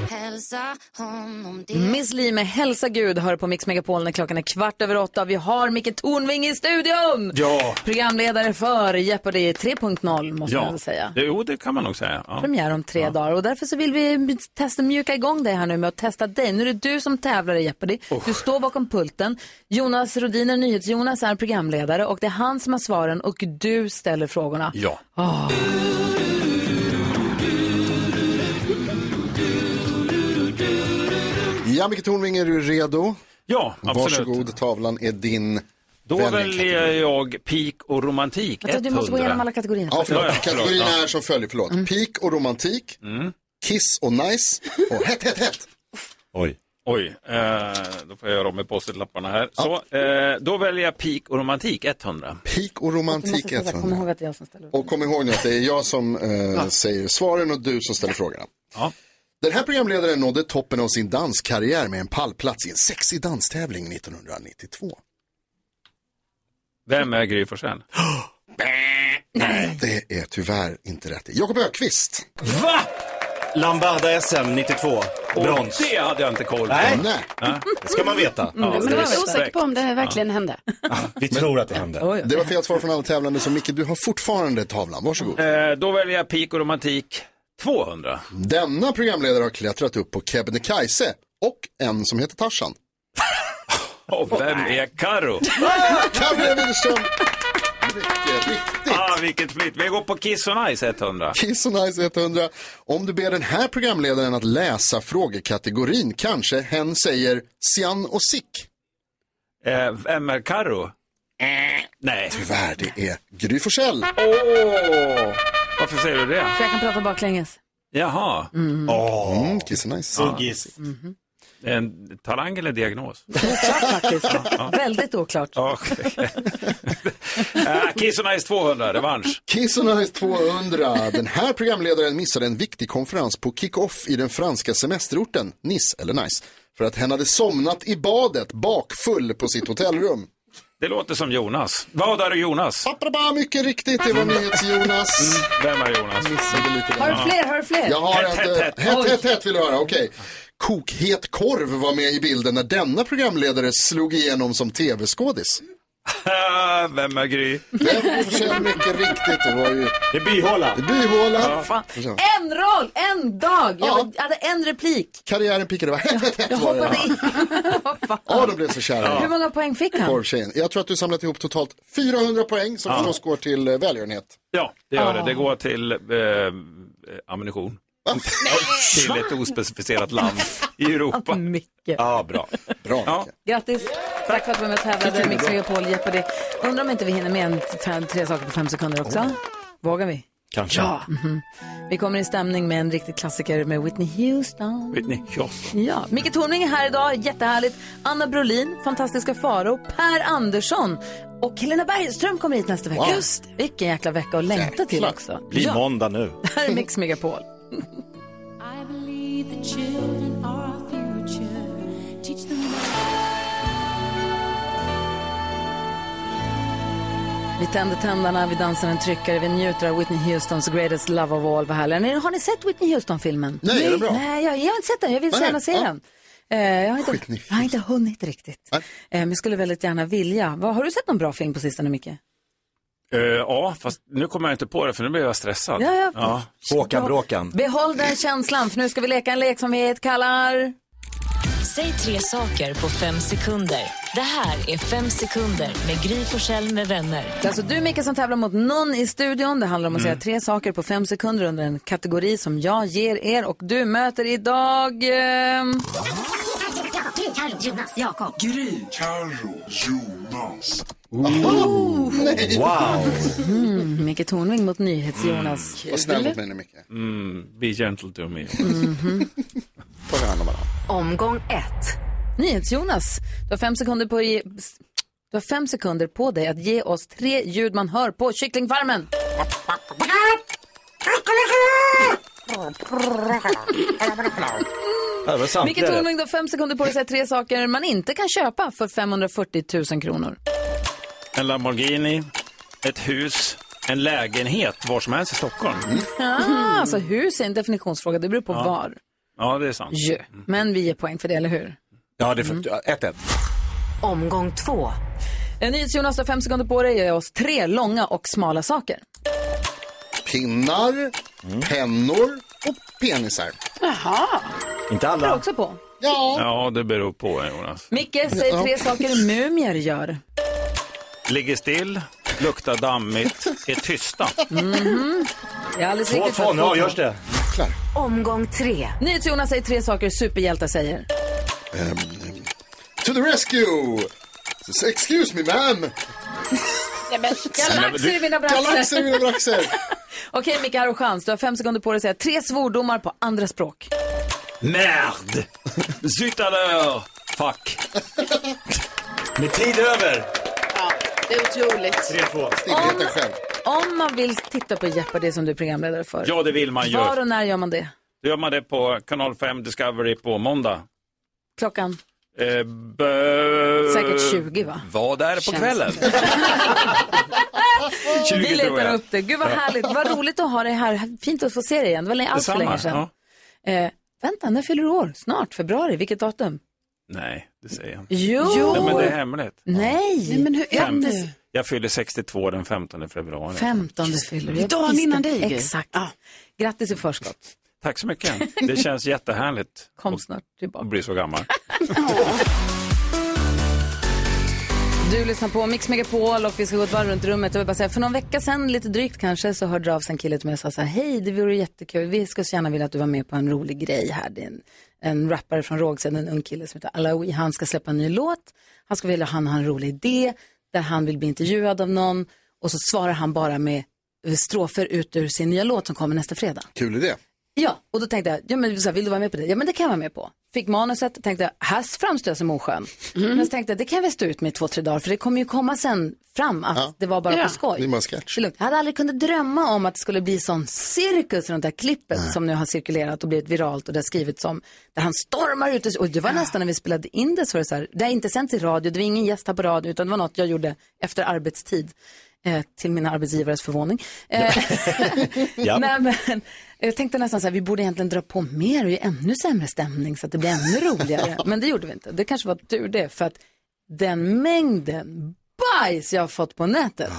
Speaker 10: Jag kan du hälsa honom det.
Speaker 1: Miss Li med Hälsa Gud hör på Mix Megapol när klockan är kvart över åtta. Vi har Micke Tornving i studion!
Speaker 11: Ja.
Speaker 1: Programledare för Jeopardy 3.0 måste man väl säga.
Speaker 11: Det, jo, det kan man nog säga. Ja.
Speaker 1: Premiär om tre dagar och därför så vill vi testa mjuka igång dig här nu med att testa dig. Nu är det du som tävlar i Jeopardy. Du står bakom pulten. Jonas Rodiner, NyhetsJonas, är programledare och det är han som har svaren och du ställer frågorna.
Speaker 11: Ja.
Speaker 1: Åh.
Speaker 3: Ja, Micke Tornving, är du redo?
Speaker 11: Ja, absolut.
Speaker 3: Varsågod, tavlan är din.
Speaker 11: Då
Speaker 3: Välj en
Speaker 11: väljer jag peak och romantik.
Speaker 1: Vänta, du måste gå
Speaker 11: 100.
Speaker 1: igenom alla kategorierna.
Speaker 3: Ja, förlåt.
Speaker 11: Ja, ja, förlåt.
Speaker 3: Kategorierna
Speaker 11: Ja. Mm.
Speaker 3: är som följer, förlåt. Peak och romantik, kiss och nice och hett, hett, hett.
Speaker 5: Oj.
Speaker 11: Oj, eh, då får jag göra om med post-it-lapparna här. Så, eh, då väljer jag peak och romantik 100.
Speaker 3: Peak och
Speaker 1: Du
Speaker 3: romantik
Speaker 1: måste
Speaker 3: är
Speaker 1: ställa- kom
Speaker 3: 100.
Speaker 1: ihåg att det är jag som ställer.
Speaker 3: Och kom ihåg nu att det är jag som eh, säger svaren och du som ställer frågorna.
Speaker 11: Ja.
Speaker 3: Den här programledaren nådde toppen av sin danskarriär med en pallplats i en sexig danstävling 1992.
Speaker 11: Vem är Gry Forssell?
Speaker 3: Nej. Det är tyvärr inte rätt. Jakob Ökvist.
Speaker 5: Va? Lambarda SM 92. Brons.
Speaker 11: Det Mm. hade jag inte koll på.
Speaker 5: Nej.
Speaker 3: Nej.
Speaker 5: Det ska man veta.
Speaker 6: Men jag var osäker på om det verkligen hände.
Speaker 5: Vi tror att det hände.
Speaker 3: Det var fel svar från alla tävlande, så Micke, du har fortfarande tavlan. Varsågod.
Speaker 11: Eh, då väljer jag peak och romantik 200.
Speaker 3: Denna programledare har klättrat upp på Kebnekaise och en som heter Tarzan.
Speaker 11: Och vem är Karo?
Speaker 3: Kalle Widerström! Mycket riktigt.
Speaker 11: Ah, vilket flytt. Vi går på Kiss och Nice 100.
Speaker 3: Kiss och Nice 100. Om du ber den här programledaren att läsa frågekategorin kanske hen säger Sian och Sick.
Speaker 11: Eh, vem är Karo? Nej.
Speaker 3: Tyvärr, det är Gry Forssell.
Speaker 11: Åh! Varför säger du det?
Speaker 1: För jag kan prata baklänges.
Speaker 11: Jaha. Mm-hmm.
Speaker 3: Mm, kiss och Nice.
Speaker 5: Gissigt.
Speaker 11: En talang eller diagnos?
Speaker 1: Oklart faktiskt. Väldigt oklart.
Speaker 11: Ja, okej. Eh, Kiss och Nice 200, revansch.
Speaker 3: Kiss och Nice 200. Den här programledaren missade en viktig konferens på kick-off i den franska semesterorten Nice, eller Nice, för att hen hade somnat i badet bakfull på sitt hotellrum.
Speaker 11: Det låter som Jonas. Vad är Jonas?
Speaker 3: Pappadaba, mycket riktigt, det var NyhetsJonas.
Speaker 11: Vem är Jonas?
Speaker 3: Missade lite
Speaker 1: Har
Speaker 3: grann.
Speaker 1: du fler? Har du fler?
Speaker 3: Jag har
Speaker 11: Hett,
Speaker 3: inte...
Speaker 11: hett, hett.
Speaker 3: Hett, hett, hett vill du höra, okej. Kokhet korv var med i bilden när denna programledare slog igenom som tv-skådis.
Speaker 11: Ah, Vem är Gry?
Speaker 3: Den förtjänar mycket riktigt, det var ju
Speaker 5: Det är byhåla.
Speaker 3: byhålan.
Speaker 1: Fan. En roll, en dag. Jag
Speaker 3: Ja.
Speaker 1: var- jag hade en replik.
Speaker 3: Karriären pikade, det var hett, hett, hett
Speaker 1: Jag
Speaker 3: var
Speaker 1: hoppade
Speaker 3: det.
Speaker 1: in. Vad fan.
Speaker 3: Ja, de blev så kära.
Speaker 1: Hur många poäng fick han?
Speaker 3: Korvtjejen. Jag tror att du samlat ihop totalt 400 poäng som förstås går till eh, välgörenhet.
Speaker 11: Ja, det gör det. Det går till eh, eh, ammunition. till ett ospecificerat land i Europa.
Speaker 1: Mycket.
Speaker 11: Ja, bra.
Speaker 3: bra
Speaker 11: ja.
Speaker 1: Grattis! Tack för att du var med och tävlade. Mix Megapol Jeopardy. Undrar om inte vi hinner med en, fem, tre saker på fem sekunder också? Vågar vi?
Speaker 11: Kanske.
Speaker 1: Ja. Mhm. Vi kommer i stämning med en riktig klassiker med Whitney Houston.
Speaker 11: Whitney Houston.
Speaker 1: Ja, Micke Tornving är här idag, jättehärligt. Anna Brolin, fantastiska Faro, Per Andersson och Helena Bergström kommer hit nästa vecka.
Speaker 5: Wow.
Speaker 1: Just Vilken jäkla vecka att längta till också.
Speaker 5: Bli måndag nu.
Speaker 1: Det här är Mix Megapol.
Speaker 13: I believe the children are our future. Teach them
Speaker 1: Vi tänder tänderna, vi dansar en tryckare, vi njuter av Whitney Houstons Greatest Love of All. Vad härligt. Har ni sett Whitney Houston-filmen?
Speaker 3: Nej, är det bra?
Speaker 1: Nej, jag, jag har inte sett den. Jag vill så
Speaker 3: Nej,
Speaker 1: gärna se
Speaker 3: ja.
Speaker 1: den. Eh, Jag har, inte, jag har inte hunnit riktigt. Eh, Men jag skulle väldigt gärna vilja. Vad- Har du sett någon bra film på sistone, Micke?
Speaker 11: Eh, ja, fast nu kommer jag inte på det för nu blir jag stressad.
Speaker 1: Ja, ja.
Speaker 11: Håkan Bråkan.
Speaker 1: Behåll den känslan, för nu ska vi leka en lek som vi kallar...
Speaker 14: Säg tre saker på fem sekunder. Det här är Fem sekunder med Gry Forssell med vänner.
Speaker 1: Det är alltså du, Micke, som tävlar mot någon i studion. Det handlar om att
Speaker 14: Mm.
Speaker 1: säga tre saker på fem sekunder under en kategori som jag ger er. Och du möter idag... ehm,
Speaker 10: Gry, Carro, Jonas, Jakob.
Speaker 9: Gry, Carro, Jonas.
Speaker 1: nej. Wow. Mm, Micke Tornving mot NyhetsJonas.
Speaker 3: mig nu, Micke.
Speaker 11: Mm, be gentle to me.
Speaker 3: Ta hand om varandra.
Speaker 1: Omgång ett. NyhetsJonas, du har fem sekunder på... i- Du har fem sekunder på dig att ge oss tre ljud man hör på kycklingfarmen.
Speaker 5: Det var sant.
Speaker 1: Micke Tornving, du har fem sekunder på dig att säga tre saker man inte kan köpa för 540 000 kronor.
Speaker 11: En Lamborghini, ett hus, en lägenhet var som helst i Stockholm.
Speaker 5: Mm.
Speaker 1: Ah, alltså hus är en definitionsfråga, det beror på
Speaker 11: Ja.
Speaker 1: var.
Speaker 11: Ja, det är sant. Mm.
Speaker 1: Ju. Men vi ger poäng för det, eller hur?
Speaker 5: Ja, det är 1-1. Ett, ett.
Speaker 1: Omgång två. Eh, NyhetsJonas, du har fem sekunder på dig att ge oss tre långa och smala saker.
Speaker 3: Pinnar, pennor och penisar.
Speaker 1: Jaha.
Speaker 11: Inte
Speaker 1: Det är också på.
Speaker 11: Ja, det beror på Jonas.
Speaker 1: Micke, säg tre saker mumier gör.
Speaker 11: Ligger still, luktar dammigt, är tysta.
Speaker 1: Mhm. Det är alldeles riktigt.
Speaker 11: Två-två, nu avgörs
Speaker 5: det.
Speaker 3: Klar.
Speaker 1: Omgång tre. NyhetsJonas, säg tre saker superhjältar säger.
Speaker 3: Ehm, to the rescue! Excuse me ma'am!
Speaker 1: Nej, men, galaxer i mina braxer.
Speaker 3: Galaxer i mina braxer!
Speaker 1: Okej, Micke, här har du chans. Du har fem sekunder på dig att säga tre svordomar på andra språk.
Speaker 11: Merde! Zut à l'heure! Fuck!
Speaker 5: Med tid över!
Speaker 6: Det är otroligt.
Speaker 5: 3-2.
Speaker 1: Stillheten själv. Om man vill titta på Jeopardy som du är programledare för.
Speaker 11: Ja, det vill man ju.
Speaker 1: Var och när gör man det?
Speaker 11: Då gör man det på kanal 5 Discovery på måndag.
Speaker 1: Klockan?
Speaker 11: Eh, bö...
Speaker 1: Säkert 20, va?
Speaker 11: Vad är det på
Speaker 1: Känns-
Speaker 11: kvällen? 20
Speaker 1: Vi
Speaker 11: tror
Speaker 1: letar
Speaker 11: jag.
Speaker 1: upp det. Gud vad
Speaker 11: Ja.
Speaker 1: härligt. Vad roligt att ha dig här. Fint att få se dig igen. Det var länge- allt för
Speaker 11: Detsamma,
Speaker 1: länge sedan. Eh, vänta, när fyller du år? Snart, februari. Vilket datum?
Speaker 11: Nej, det säger jag inte.
Speaker 1: Jo!
Speaker 11: Nej, men det är hemligt.
Speaker 1: Nej! Nej men hur
Speaker 11: Fem- Jag fyller 62 den 15 februari.
Speaker 1: 15 fyller du. Jag
Speaker 6: Dagen
Speaker 1: visste-
Speaker 6: innan dig, Gry.
Speaker 1: Exakt. Grattis i förskott.
Speaker 11: Tack så mycket. Det känns jättehärligt.
Speaker 1: Kom snart tillbaka.
Speaker 11: Att bli så gammal.
Speaker 1: Du lyssnar på Mix Megapol och vi ska gå ett varv runt rummet. Jag vill bara säga, för någon vecka sedan, lite drygt kanske, så hörde det av sig en kille till mig och sa så här, hej, det vore jättekul, vi skulle så gärna vilja att du var med på en rolig grej här. Det är en, en rappare från Rågsved, en ung kille som heter Alaoui, han ska släppa en ny låt, han ska vilja ha en, ha en rolig idé, där han vill bli intervjuad av någon och så svarar han bara med strofer ut ur sin nya låt som kommer nästa fredag.
Speaker 3: Kul idé.
Speaker 1: Ja, och då tänkte jag, ja, men, så här, vill du vara med på det? Ja, men det kan jag vara med på. Fick manuset, tänkte jag, här framstår jag som oskön.
Speaker 3: Mm.
Speaker 1: Men så tänkte jag, det kan jag väl stå ut med i två, tre dagar, för det kommer ju komma sen fram att det var bara
Speaker 3: Ja.
Speaker 1: på skoj.
Speaker 3: Det är bara en sketch.
Speaker 1: Det är lugnt. Jag hade aldrig kunnat drömma om att det skulle bli sån cirkus runt det här klippet som nu har cirkulerat och blivit viralt och det har skrivits om, där han stormar ut. Och, och det var nästan när vi spelade in det så var det så här, det har inte sänts i radio, det var ingen gäst här på radio, utan det var något jag gjorde efter arbetstid. Eh, till mina arbetsgivares förvåning. Eh,
Speaker 5: Ja.
Speaker 1: Nej, men, jag tänkte nästan så här, vi borde egentligen dra på mer och ge ännu sämre stämning så att det blir ännu roligare. Men det gjorde vi inte. Det kanske var tur det, för att den mängden bajs jag har fått på nätet,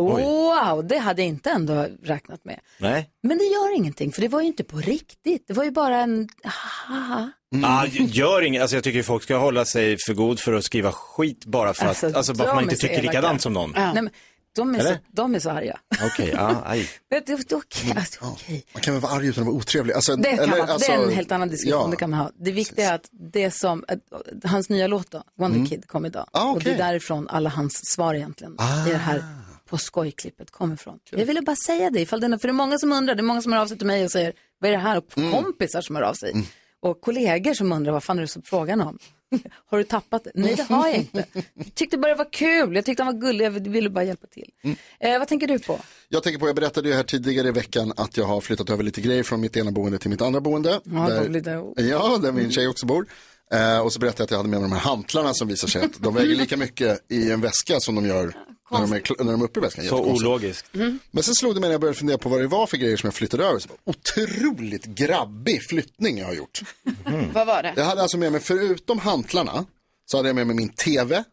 Speaker 1: wow, det hade jag inte ändå räknat med.
Speaker 5: Nej.
Speaker 1: Men det gör ingenting, för det var ju inte på riktigt. Det var ju bara en, haha.
Speaker 3: Mm.
Speaker 5: Ah, gör inget, alltså jag tycker folk ska hålla sig för god för att skriva skit bara för att, alltså, bara för att man
Speaker 1: de
Speaker 5: inte
Speaker 1: är så
Speaker 5: tycker
Speaker 1: elaka.
Speaker 5: likadant som någon.
Speaker 1: Nej, men, De är, så,
Speaker 3: Eller?
Speaker 1: de är så arga.
Speaker 3: Okej, ja, aj.
Speaker 1: Vet du, Det är okej.
Speaker 5: Mm.
Speaker 1: Alltså, okej.
Speaker 3: Man kan väl vara arg utan att vara otrevlig? Alltså,
Speaker 1: Det, kan
Speaker 3: eller,
Speaker 1: man,
Speaker 3: alltså,
Speaker 1: det är en helt annan diskussion,
Speaker 3: ja.
Speaker 1: det kan man ha. Det viktiga är att det som, att eh, hans nya låt då, Wonder
Speaker 3: Mm.
Speaker 1: Kid, kom idag.
Speaker 3: Ah,
Speaker 1: Och det är
Speaker 3: okej. Ah.
Speaker 1: därifrån alla hans svar egentligen i det här på skojklippet kommer ifrån. Jag ville bara säga det, ifall det är, någon- för det är många som undrar, det är många som hör av sig till mig och säger, vad är det här?
Speaker 3: Mm.
Speaker 1: Och kompisar som hör av sig. Och kollegor som undrar, vad fan är det som frågan om? har du tappat det? Nej, det har jag inte. Jag tyckte bara det var kul, jag tyckte han var gullig, jag ville bara hjälpa till.
Speaker 3: Mm.
Speaker 1: Eh, vad tänker du på?
Speaker 3: Jag tänker på, jag berättade ju här tidigare i veckan att jag har flyttat över lite grejer från mitt ena boende till mitt andra boende.
Speaker 1: Ja, då blir det-
Speaker 3: ja, där min tjej också bor. Eh, och så berättade jag att jag hade med mig de här hantlarna som visar sig att de väger lika mycket i en väska som de gör när de, är, kl- när de är uppe i väskan.
Speaker 5: Så
Speaker 3: Jättekonstigt.
Speaker 5: ologiskt.
Speaker 3: Men sen slog det mig när jag började fundera på vad det var för grejer som jag flyttade över. Så bara, otroligt grabbig flyttning jag har gjort.
Speaker 6: Vad var det?
Speaker 3: Jag hade alltså med mig, förutom hantlarna, så hade jag med mig min tv,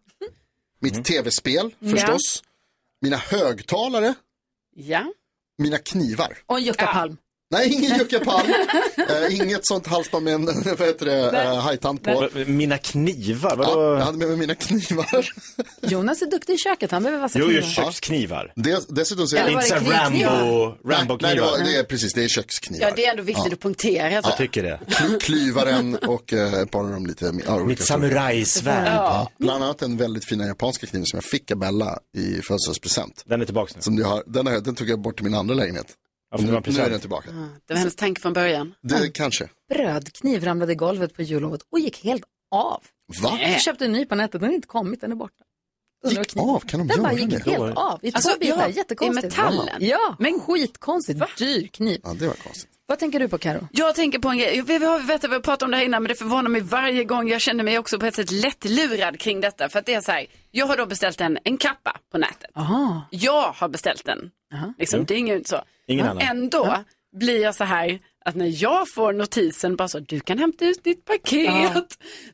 Speaker 3: mitt tv-spel
Speaker 6: Mm. Ja.
Speaker 3: förstås, mina högtalare,
Speaker 6: Ja.
Speaker 3: mina knivar.
Speaker 1: Och en juckapalm.
Speaker 3: Nej, ingen juckapalm. Eh, inget sånt halsband med en vad heter det, eh, hajtand på.
Speaker 5: Mina knivar? Vadå?
Speaker 3: Ja, jag hade med mig mina knivar.
Speaker 1: Jonas är duktig i köket, han behöver vassa
Speaker 5: köksknivar.
Speaker 3: Des, dessutom så är
Speaker 6: Eller var det Inte så här knivknivar? Rambo-
Speaker 3: Nej, nej det,
Speaker 6: Rambo-knivar.
Speaker 3: var, det är precis, det är köksknivar.
Speaker 6: Ja, det är ändå viktigt att punktera. Så.
Speaker 5: tycker det.
Speaker 3: Klyvaren och eh, ett par av dem lite. Ja, olika storlekar.
Speaker 5: samurajsvärd.
Speaker 3: Ja. Bland annat den väldigt fina japanska kniven som jag fick av Bella i födelsedagspresent.
Speaker 5: Den är tillbaka nu.
Speaker 3: Som du har, den, har, jag- den tog jag bort till min andra lägenhet.
Speaker 5: för det var en
Speaker 3: nu, nu är
Speaker 5: present.
Speaker 3: den tillbaka.
Speaker 6: Det var hennes tanke från början.
Speaker 3: Det kanske.
Speaker 1: brödkniv ramlade i golvet på jullovet och gick helt av.
Speaker 3: Va?
Speaker 1: Jag köpte en ny på nätet, den har inte kommit, den är borta. Undrar vad kniven-
Speaker 3: Av, kan de
Speaker 1: den
Speaker 3: göra
Speaker 1: bara gick
Speaker 3: det?
Speaker 1: helt av i två
Speaker 6: Alltså,
Speaker 1: bitar,
Speaker 6: ja,
Speaker 1: jättekonstigt.
Speaker 6: i metallen.
Speaker 1: Ja, men skitkonstigt, dyr kniv.
Speaker 3: Ja, det var konstigt.
Speaker 1: Vad tänker du på Karo?
Speaker 6: Jag tänker på en grej, vi vi har vet att vi har pratat om det här innan men det förvånar mig varje gång. Jag känner mig också på ett sätt lättlurad kring detta. För att det är så här, jag har då beställt en, en kappa på nätet.
Speaker 1: Aha.
Speaker 6: Jag har beställt den. Liksom,
Speaker 1: Jo.
Speaker 6: det är ingen så.
Speaker 1: Mm. Ingen
Speaker 6: Men
Speaker 1: annan.
Speaker 6: Ändå blir jag så här att när jag får notisen bara så du kan hämta ut ditt paket.
Speaker 1: Ja.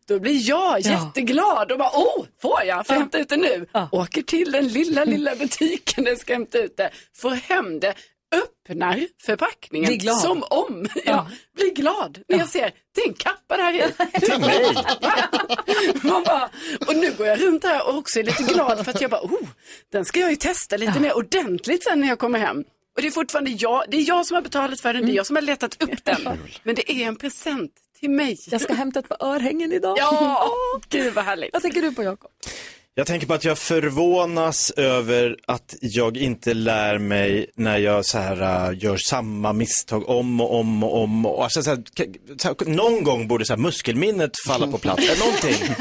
Speaker 6: Då blir jag
Speaker 1: Ja.
Speaker 6: jätteglad och bara oh, får jag? Får jag hämta ut det nu? Åker till den lilla, lilla butiken där jag ska hämta ut det. Får hem det, öppnar förpackningen
Speaker 1: Blir glad.
Speaker 6: som om. Ja. blir glad när jag ser det är en kappa det här är. Man bara, och nu går jag runt här och också är lite glad för att jag bara oh, den ska jag ju testa lite mer ordentligt sen när jag kommer hem. Och det är fortfarande jag, det är jag som har betalat för den, det är jag som har letat upp den. Men det är en present till mig.
Speaker 1: Jag ska hämta ett par örhängen idag.
Speaker 6: Ja, gud vad härligt.
Speaker 1: Vad tänker du på Jakob?
Speaker 5: Jag tänker på att jag förvånas över att jag inte lär mig när jag så här, äh, gör samma misstag om och om och om. Och, alltså, så här, k- så här, någon gång borde så här, muskelminnet falla på plats, eller någonting.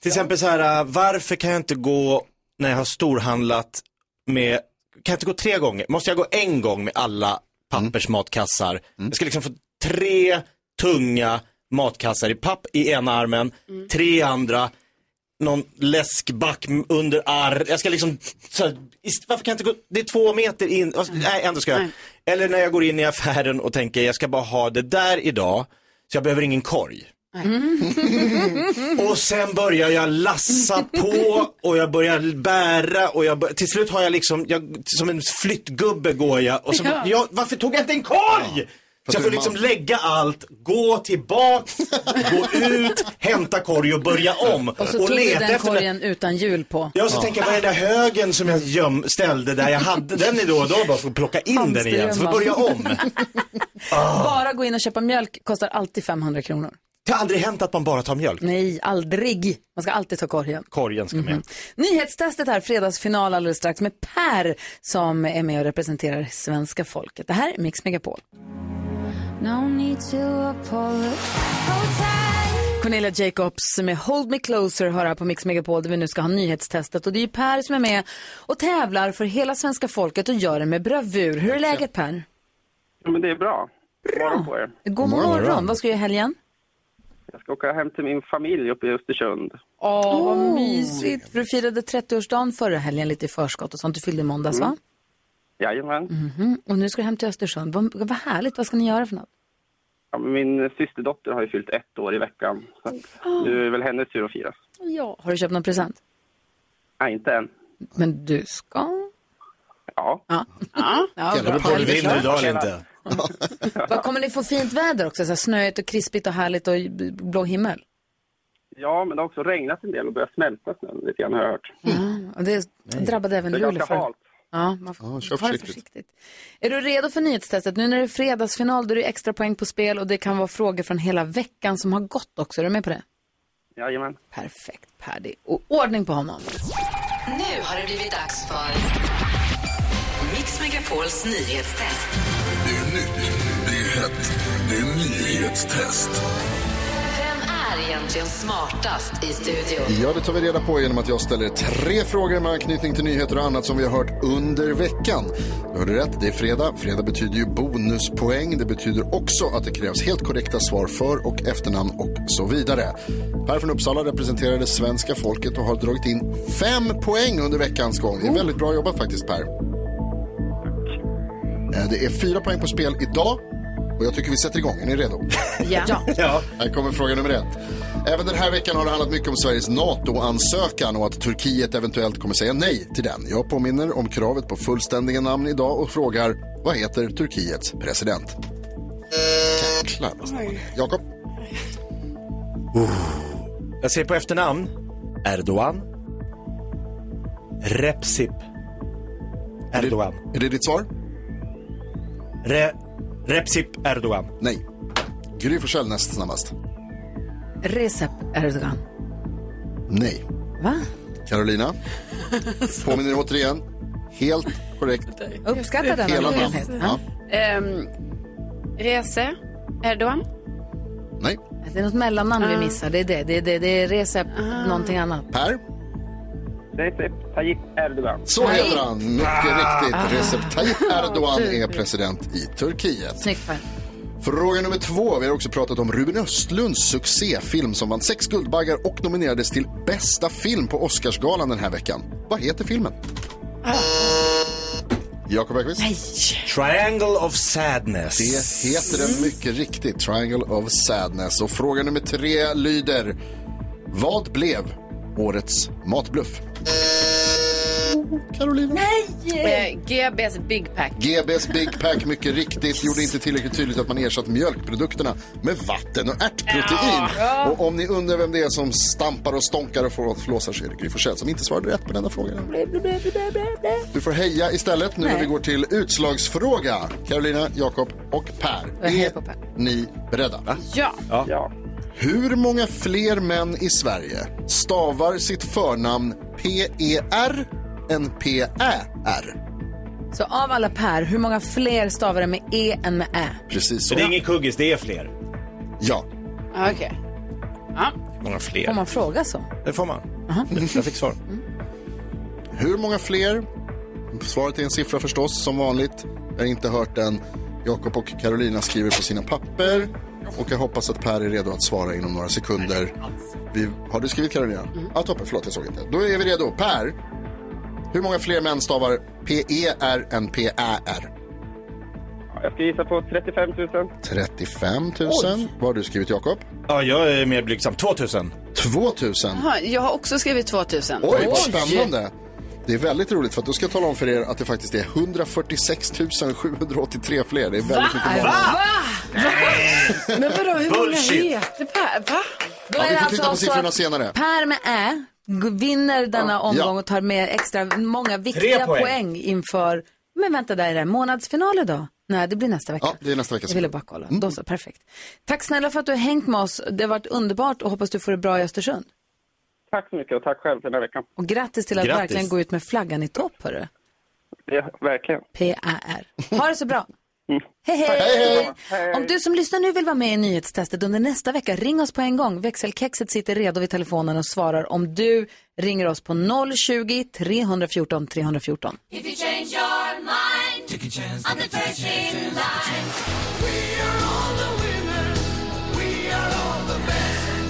Speaker 5: Till exempel så här, äh, varför kan jag inte gå när jag har storhandlat med, kan jag inte gå tre gånger? Måste jag gå en gång med alla pappersmatkassar? Jag ska liksom få tre tunga matkassar i papp i ena armen, tre i andra, någon läskback m- under arr. Jag ska liksom, så här, ist- varför kan jag inte gå, det är två meter in, alltså, nej ändå ska jag. Eller när jag går in i affären och tänker jag ska bara ha det där idag, så jag behöver ingen korg. Och sen börjar jag lassa på och jag börjar bära och jag bör... till slut har jag liksom, jag, som en flyttgubbe går jag och så
Speaker 9: Ja.
Speaker 5: bara, jag, varför tog jag inte en korg?
Speaker 9: För
Speaker 5: Så jag
Speaker 9: att du
Speaker 5: får
Speaker 9: är
Speaker 5: liksom
Speaker 9: man.
Speaker 5: lägga allt, gå tillbaks, gå ut, hämta korg och börja om.
Speaker 1: Och så tog du den
Speaker 5: den-
Speaker 1: korgen utan hjul på.
Speaker 5: Ja, så tänker jag, vad är den där högen som jag göm, ställde där jag hade den i då och då, bara för att plocka in den igen, så får jag börja om.
Speaker 3: Ah.
Speaker 1: Bara gå in och köpa mjölk kostar alltid 500 kronor.
Speaker 5: Det har aldrig hänt att man bara tar mjölk.
Speaker 1: Nej, aldrig. Man ska alltid ta korgen.
Speaker 5: Korgen ska
Speaker 1: Mm-hmm.
Speaker 5: med.
Speaker 1: Mm. Nyhetstestet här, fredagsfinal alldeles strax med Per som är med och representerar svenska folket. Det här är Mix Megapol.
Speaker 13: No need to
Speaker 1: Cornelia Jacobs med Hold Me Closer hör här på Mix Megapol där vi nu ska ha nyhetstestet. Och det är ju Per som är med och tävlar för hela svenska folket och gör det med bravur. Hur är läget Per?
Speaker 15: Ja, men det är bra. God morgon på er.
Speaker 1: God morgon. Vad ska du göra i helgen?
Speaker 15: Jag ska åka hem till min familj uppe i Östersund.
Speaker 1: Åh, vad mysigt. För du firade 30-årsdagen förra helgen lite i förskott och sånt. Du fyllde i måndags va?
Speaker 15: Mm. Jajamän.
Speaker 1: Mhm. Och nu ska du hem till Östersund. Vad, vad härligt. Vad ska ni göra för något?
Speaker 15: Ja, men min systerdotter har ju fyllt ett år i veckan. Så att nu är det väl hennes tur att fira.
Speaker 1: Ja. Har du köpt någon present?
Speaker 15: Nej, inte än.
Speaker 1: Men du ska?
Speaker 15: Ja.
Speaker 1: Ja. Ja,
Speaker 15: Jävla
Speaker 1: bra.
Speaker 15: pulver
Speaker 1: Det är klart.
Speaker 15: nu idag eller inte?
Speaker 1: Vad kommer ni få fint väder också? Så här snöigt och krispigt och härligt och b- blå himmel.
Speaker 15: Ja, men det har också regnat en del och börjat smälta snön lite grann har jag hört.
Speaker 1: Och det drabbade även
Speaker 15: Det är
Speaker 1: Luleå
Speaker 15: ganska
Speaker 1: förra
Speaker 15: halt.
Speaker 1: Ja, man får
Speaker 3: Ja, kör
Speaker 1: ta det
Speaker 3: försiktigt.
Speaker 1: försiktigt. Är du redo för nyhetstestet? Nu när det är fredagsfinal då är det extra poäng på spel och det kan vara frågor från hela veckan som har gått också. Är du med på det?
Speaker 15: Jajamän.
Speaker 1: Perfekt, Paddy. Och ordning på honom.
Speaker 7: Nu har det blivit dags för Mix Megapols nyhetstest.
Speaker 16: Det är nytt, det är hett, det är nyhetstest.
Speaker 7: Vem är egentligen smartast i studion?
Speaker 3: Ja, det tar vi reda på genom att jag ställer tre frågor med anknytning till nyheter och annat som vi har hört under veckan. Du hörde rätt, det är fredag. Fredag betyder ju bonuspoäng. Det betyder också att det krävs helt korrekta svar för och efternamn och så vidare. Per från Uppsala representerade svenska folket och har dragit in fem poäng under veckans gång. Det är väldigt bra jobbat faktiskt, Per. Eh, Det är fyra poäng på spel idag och jag tycker vi sätter igång. Är ni redo?
Speaker 1: Ja.
Speaker 3: Här kommer fråga nummer ett. Även den här veckan har det handlat mycket om Sveriges NATO-ansökan och att Turkiet eventuellt kommer säga nej till den. Jag påminner om kravet på fullständiga namn idag och frågar vad heter Turkiets president? Jäklar vad snabb han är. Jakob?
Speaker 5: Jag ser på efternamn. Erdogan. Repsip. Erdogan.
Speaker 3: Är det ditt svar?
Speaker 5: Re, Repsip Erdogan.
Speaker 3: Nej. Gry Forssell näst snabbast.
Speaker 1: Recep Erdogan.
Speaker 3: Nej.
Speaker 1: Va?
Speaker 3: Carolina? Påminner återigen. Helt korrekt.
Speaker 1: Uppskattar den
Speaker 3: Hela namn.
Speaker 1: övergivenhet.
Speaker 3: Ja.
Speaker 6: Ehm, Rese Erdogan.
Speaker 3: Nej.
Speaker 1: Det är något mellannamn vi
Speaker 6: Ah.
Speaker 1: missar. Det är det. Det är, det. Det är Recep någonting annat.
Speaker 3: Per?
Speaker 15: Recep Tayyip Erdogan.
Speaker 3: Så heter han. Mycket
Speaker 15: Ah.
Speaker 3: riktigt. Recep Tayyip Erdogan
Speaker 15: Tur.
Speaker 3: är president i Turkiet.
Speaker 1: Snyggt Per.
Speaker 3: Fråga nummer två. Vi har också pratat om Ruben Östlunds succéfilm som vann sex Guldbaggar och nominerades till bästa film på Oscarsgalan den här veckan. Vad heter filmen?
Speaker 15: Ah.
Speaker 3: Jakob Bergqvist?
Speaker 5: Triangle of sadness.
Speaker 3: Det heter den mycket riktigt. Triangle of sadness. Och fråga nummer tre lyder. Vad blev årets matbluff? Carolina.
Speaker 6: Nej! GBs Big Pack.
Speaker 3: GBs Big Pack mycket riktigt gjorde inte tillräckligt tydligt att man ersatt mjölkprodukterna med vatten och ärtprotein.
Speaker 6: Ja.
Speaker 3: Och om ni undrar vem det är som stampar och stånkar och får åt flåsar så är det Gry Forssell som inte svarade rätt på denna frågan. Du får heja istället nu när vi går till utslagsfråga. Carolina, Jakob och Per. Är ni beredda?
Speaker 6: Ja.
Speaker 15: ja.
Speaker 3: Hur många fler män i Sverige stavar sitt förnamn P-E-R än P-Ä-R?
Speaker 1: Så av alla Per, hur många fler stavar det med E än med Ä?
Speaker 3: Precis
Speaker 5: så. Det är ingen kuggis, det är fler.
Speaker 3: Ja.
Speaker 6: Okej. Ja.
Speaker 5: Många fler.
Speaker 1: Får man fråga så?
Speaker 5: Det får man. Jag fick svar.
Speaker 3: Hur många fler? Svaret är en siffra förstås, som vanligt. Jag har inte hört den. Jakob och Carolina skriver på sina papper. Och jag hoppas att Per är redo att svara inom några sekunder. Vi, har du skrivit Carolina? Ah, toppen, förlåt jag såg inte. Då är vi redo. Per, hur många fler män stavar E P-E-R än P-Ä-R?
Speaker 15: Jag ska gissa på 35 000.
Speaker 3: 35 000. Vad har du skrivit Jakob?
Speaker 5: Ja, jag är mer blygsam. 2 000.
Speaker 3: 2 000.
Speaker 6: Jaha, jag har också skrivit 2000.
Speaker 3: Oj, vad spännande. Det är väldigt roligt för att då ska jag tala om för er att det faktiskt är 146 783 fler. Det är väldigt mycket
Speaker 6: Va?
Speaker 3: barn.
Speaker 6: Men vadå, hur många
Speaker 3: Bullshit.
Speaker 6: heter Per? Va?
Speaker 1: Då
Speaker 3: Ja,
Speaker 1: är
Speaker 3: vi
Speaker 1: det alltså
Speaker 3: får titta
Speaker 1: så
Speaker 3: på siffrorna
Speaker 1: att
Speaker 3: senare.
Speaker 1: Per med Ä g- vinner denna omgång
Speaker 3: Ja.
Speaker 1: och tar med extra många viktiga poäng.
Speaker 3: poäng.
Speaker 1: inför, men vänta där är det månadsfinal idag? Nej, det blir nästa vecka.
Speaker 3: Ja, det är nästa vecka. Mm.
Speaker 1: Jag ville bara kolla. Då så, perfekt. Tack snälla för att du har hängt med oss. Det har varit underbart och hoppas du får det bra i Östersund.
Speaker 15: Tack så mycket och tack själv för den här veckan.
Speaker 1: Och grattis till att
Speaker 15: Grattis.
Speaker 1: verkligen gå ut med flaggan i topp, hörru.
Speaker 15: Ja, verkligen.
Speaker 1: P-A-R. Ha det så bra.
Speaker 15: Mm.
Speaker 1: Hej, hej.
Speaker 15: Hej,
Speaker 1: Om du som lyssnar nu vill vara med i nyhetstestet under nästa vecka, ring oss på en gång. Växelkexet sitter redo vid telefonen och svarar om du ringer oss på 020-314 314.
Speaker 10: If you change your mind,
Speaker 4: Take a chance.
Speaker 10: I'm the first in line.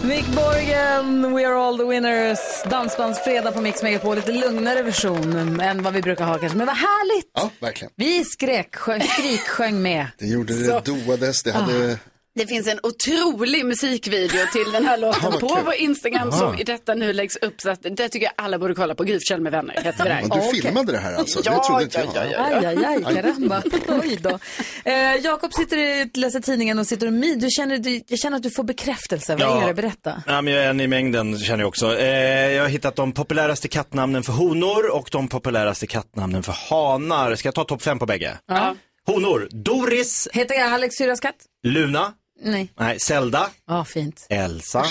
Speaker 1: Nick Borgen, We are all the winners. Dansbandsfredag på Mix Megapol. Lite lugnare version än vad vi brukar ha kanske. Men vad härligt!
Speaker 3: Ja, verkligen.
Speaker 1: Vi skrek, sjöng, skrik, sjöng med.
Speaker 3: Det gjorde det, det doades, det hade
Speaker 6: Det finns en otrolig musikvideo till den här låten
Speaker 3: vad
Speaker 6: på
Speaker 3: kul.
Speaker 6: vår Instagram
Speaker 3: Aha.
Speaker 6: som i detta nu läggs upp. Så att det tycker jag alla borde kolla på. Gry Forssell med vänner heter vi där.
Speaker 3: Men du
Speaker 6: Ja, Ah, okej.
Speaker 3: filmade det här alltså? Det
Speaker 6: Ja,
Speaker 3: trodde inte
Speaker 6: ja,
Speaker 3: jag.
Speaker 6: ja, ja,
Speaker 1: Aj, aj, aj,
Speaker 3: Aj.
Speaker 1: karamba. Oj då. Eh, Jakob sitter i, läser tidningen och sitter och my. Du känner, du, jag känner att du får bekräftelse. Vad
Speaker 5: Ja.
Speaker 1: är det? Berätta.
Speaker 5: Ja, men jag är en i mängden känner jag också. Eh, jag har hittat de populäraste kattnamnen för honor och de populäraste kattnamnen för hanar. Ska jag ta topp fem på bägge?
Speaker 1: Ja.
Speaker 5: Honor, Doris,
Speaker 1: Heter jag Alex syrras katt?
Speaker 5: Luna,
Speaker 1: Nej.
Speaker 5: nej, Zelda,
Speaker 1: Ja, fint.
Speaker 5: Elsa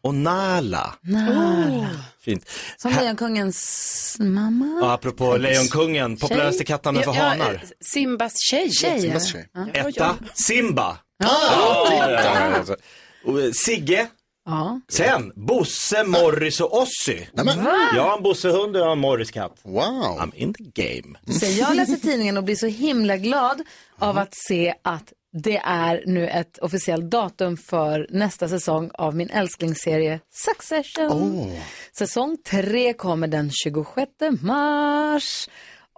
Speaker 5: och Nala. Oh.
Speaker 1: Nala.
Speaker 5: Fint.
Speaker 1: Som Lejonkungens mamma.
Speaker 5: Och apropå Lejonkungen, populäraste kattnamnen för
Speaker 6: Ja, ja,
Speaker 5: hanar.
Speaker 6: eh, Simbas tjej.
Speaker 1: Tjej, Simbas tjej.
Speaker 6: Ja.
Speaker 5: Etta, Simba.
Speaker 6: Ah,
Speaker 5: Ja,
Speaker 6: titta.
Speaker 5: ja, ja, ja. Och, eh, Sigge.
Speaker 1: Ja.
Speaker 5: Sen Bosse, Morris och Ossi.
Speaker 1: Va?
Speaker 5: Jag har en Bosse-hund och jag har en Morris-katt. Wow. I'm in the game.
Speaker 1: Så jag läser tidningen och blir så himla glad av att se att det är nu ett officiellt datum för nästa säsong av min älsklingsserie Succession. Säsong tre kommer den 26 mars.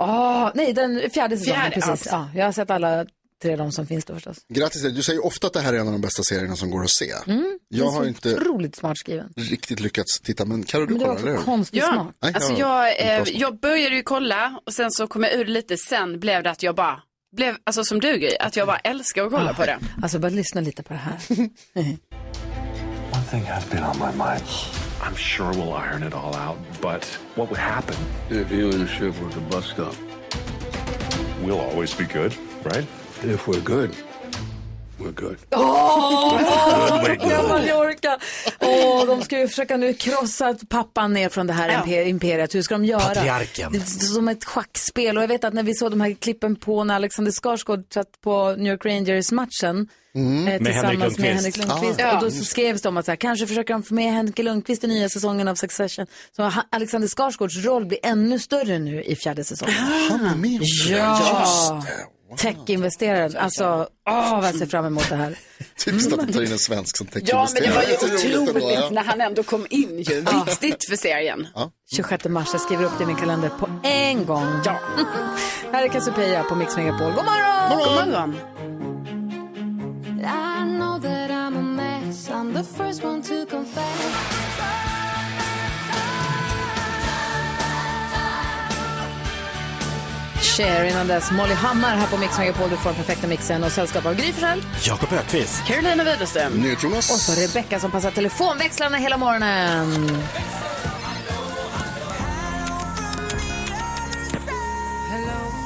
Speaker 1: Åh, nej, den fjärde säsongen.
Speaker 3: Fjärde,
Speaker 1: precis. Ja,
Speaker 3: ja.
Speaker 1: jag har sett alla tre de som finns då förstås.
Speaker 3: Grattis till dig. Du säger ofta att det här är en av de bästa serierna som går att se.
Speaker 1: Mm,
Speaker 3: Jag
Speaker 1: den är
Speaker 3: har
Speaker 1: så
Speaker 3: inte-
Speaker 1: Otroligt smart skriven.
Speaker 3: Riktigt lyckats titta, men Carro du
Speaker 1: Men det var
Speaker 3: kollar, eller hur?
Speaker 1: konstigt
Speaker 6: Ja,
Speaker 1: smart.
Speaker 3: Nej,
Speaker 6: Alltså
Speaker 3: jag har
Speaker 6: jag,
Speaker 3: inte
Speaker 6: eh,
Speaker 3: avsmak.
Speaker 6: jag började ju kolla och sen så kom jag ur det lite. Sen blev det att jag bara, blev, alltså som du Gry, att jag bara älskar att
Speaker 3: Ah,
Speaker 6: kolla på det.
Speaker 1: Alltså bara lyssna lite på det här.
Speaker 17: One thing has been on my mind. I'm sure we'll iron it all out, but what would happen if you and Shiv were to bust up? We'll always be good, right? If we're good, we're good.
Speaker 1: Åh,
Speaker 17: my
Speaker 1: jag
Speaker 17: God.
Speaker 1: kan aldrig orka. Åh, de ska ju försöka nu krossa pappan ner från det här imper- imperiet. Hur ska de göra?
Speaker 5: Patriarken.
Speaker 1: Det är som ett schackspel. Och jag vet att när vi såg de här klippen på när Alexander Skarsgård satt på New York Rangers-matchen eh,
Speaker 5: Med
Speaker 1: tillsammans
Speaker 5: Henrik Lundqvist.
Speaker 1: med Henrik Lundqvist.
Speaker 5: Ah.
Speaker 1: Och då så skrevs det om att så här, kanske försöker de få med Henrik Lundqvist i nya säsongen av Succession. Så ha- Alexander Skarsgårds roll blir ännu större nu i fjärde säsongen.
Speaker 3: Han är med
Speaker 1: Ja.
Speaker 3: Just
Speaker 1: Tech-investeraren. Alltså, åh vad jag ser fram emot det här.
Speaker 3: Tips att du tar in en svensk som täcker
Speaker 6: Ja, men det var ju
Speaker 3: investeringar. roligt ändå,
Speaker 6: otroligt
Speaker 3: ja.
Speaker 6: när han ändå kom in ju. Viktigt för serien.
Speaker 1: 26 mars, jag skriver upp det i min kalender på en gång. Ja. här är Cassiopeia på Mix Megapol. God morgon!
Speaker 6: God morgon!
Speaker 13: I know that I'm a mess. I'm the first one to confess.
Speaker 1: Cher innan dess, Molly Hammar här på Mix Megapol. Du får den perfekta mixen och sällskap av Gry Forssell.
Speaker 5: Jakob Ökvist.
Speaker 6: Carolina Widerström.
Speaker 1: Och
Speaker 3: Nyhetsjonas.
Speaker 1: så Rebecca som passar telefonväxlarna hela morgonen.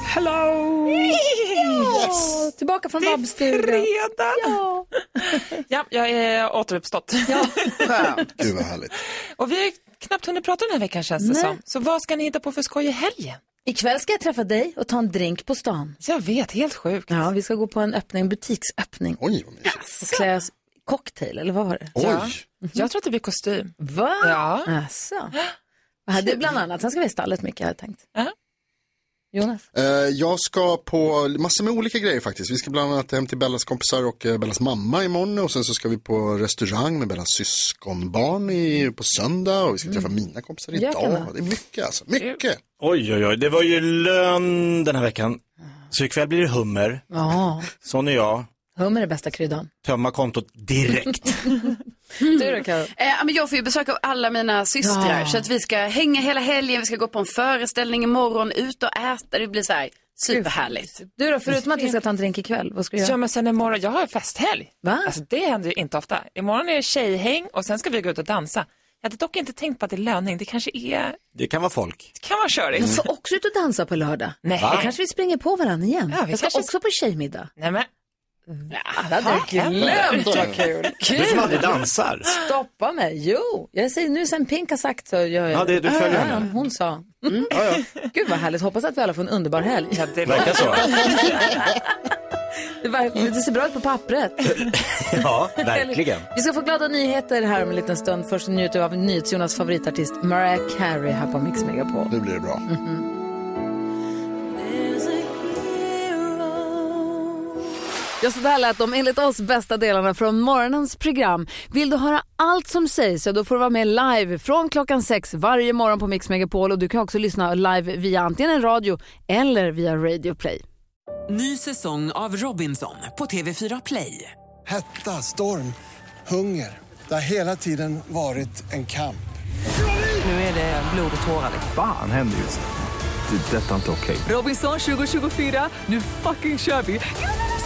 Speaker 1: Hello! Ja, Tillbaka från vabbstugan. Det är fredag! Ja.
Speaker 18: Ja, jag är återuppstått. Ja,
Speaker 1: skönt.
Speaker 3: Gud vad härligt.
Speaker 18: Och vi har ju knappt hunnit prata den här veckan känns det
Speaker 1: Nej.
Speaker 18: som. Så vad ska ni hitta på för skoj i helgen?
Speaker 1: Ikväll ska jag träffa dig och ta en drink på stan.
Speaker 18: Jag vet, helt sjukt.
Speaker 1: Ja, vi ska gå på en öppning, butiksöppning.
Speaker 3: Oj, vad
Speaker 1: mysigt. Och klä oss cocktail, eller vad var det?
Speaker 18: Ja. Jag tror att det blir kostym.
Speaker 1: Va?
Speaker 18: Ja.
Speaker 1: Alltså. Vad hade du bland annat? Sen ska vi i stallet mycket, hade jag tänkt. Jonas?
Speaker 3: Eh, Jag ska på massor med olika grejer faktiskt. Vi ska bland annat hem till Bellas kompisar och eh, Bellas mamma imorgon och sen så ska vi på restaurang med Bellas syskonbarn i, på söndag och vi ska träffa mina kompisar
Speaker 5: Jäklarna.
Speaker 3: idag. Det är mycket alltså, mycket.
Speaker 5: Oj, oj, oj. Det var ju lön den här veckan. Så ikväll blir det hummer.
Speaker 1: Ja,
Speaker 5: Sån är jag.
Speaker 1: hummer är bästa kryddan.
Speaker 5: Tömma kontot direkt.
Speaker 1: Mm. Du då, Karo?
Speaker 6: Eh, men jag får ju besök av alla mina systrar
Speaker 1: Ja.
Speaker 6: så att vi ska hänga hela helgen, vi ska gå på en föreställning imorgon, ut och äta, det blir så här superhärligt.
Speaker 1: Du då, förutom att vi ska ta en drink ikväll, vad ska du
Speaker 18: Ja,
Speaker 1: göra?
Speaker 18: men sen imorgon, jag har festhelg.
Speaker 1: Va?
Speaker 18: Alltså det händer ju inte ofta. Imorgon är det tjejhäng och sen ska vi gå ut och dansa. Jag hade dock inte tänkt på att det är löning. Det kanske är,
Speaker 5: Det kan vara folk.
Speaker 18: det kan vara körigt.
Speaker 1: Jag ska också ut och dansa på lördag.
Speaker 18: Nej.
Speaker 1: Då kanske vi springer på varandra igen.
Speaker 18: Ja, vi
Speaker 1: jag ska
Speaker 18: kanske-
Speaker 1: också på tjejmiddag.
Speaker 18: Nej men.
Speaker 1: Det hade jag glömt, vad kul.
Speaker 5: Du som aldrig dansar.
Speaker 1: Stoppa mig. Jo, jag säger nu sen Pink har sagt så gör jag
Speaker 5: Ja, det- du följer henne.
Speaker 1: Hon sa. Mm. Gud vad härligt, hoppas att vi alla får en underbar helg.
Speaker 5: det verkar så.
Speaker 1: det, ver- det ser bra ut på pappret.
Speaker 5: Ja, verkligen.
Speaker 1: Vi ska få glada nyheter här om en liten stund. Först njuter vi av NyhetsJonas favoritartist Mariah Carey här på Mix Megapol.
Speaker 3: Nu blir det bra.
Speaker 1: Ja, så där lät de enligt oss bästa delarna från morgonens program. Vill du höra allt som sägs så då får du vara med live från klockan sex varje morgon på Mix Megapol och du kan också lyssna live via antingen en radio eller via Radio Play.
Speaker 19: Ny säsong av Robinson på TV4 Play.
Speaker 20: Hetta, storm, hunger. Det har hela tiden varit en kamp.
Speaker 19: Nu är det blod och tårar.
Speaker 21: Fan händer just det. Det är detta inte okej.
Speaker 19: Robinson 2024, nu fucking kör vi!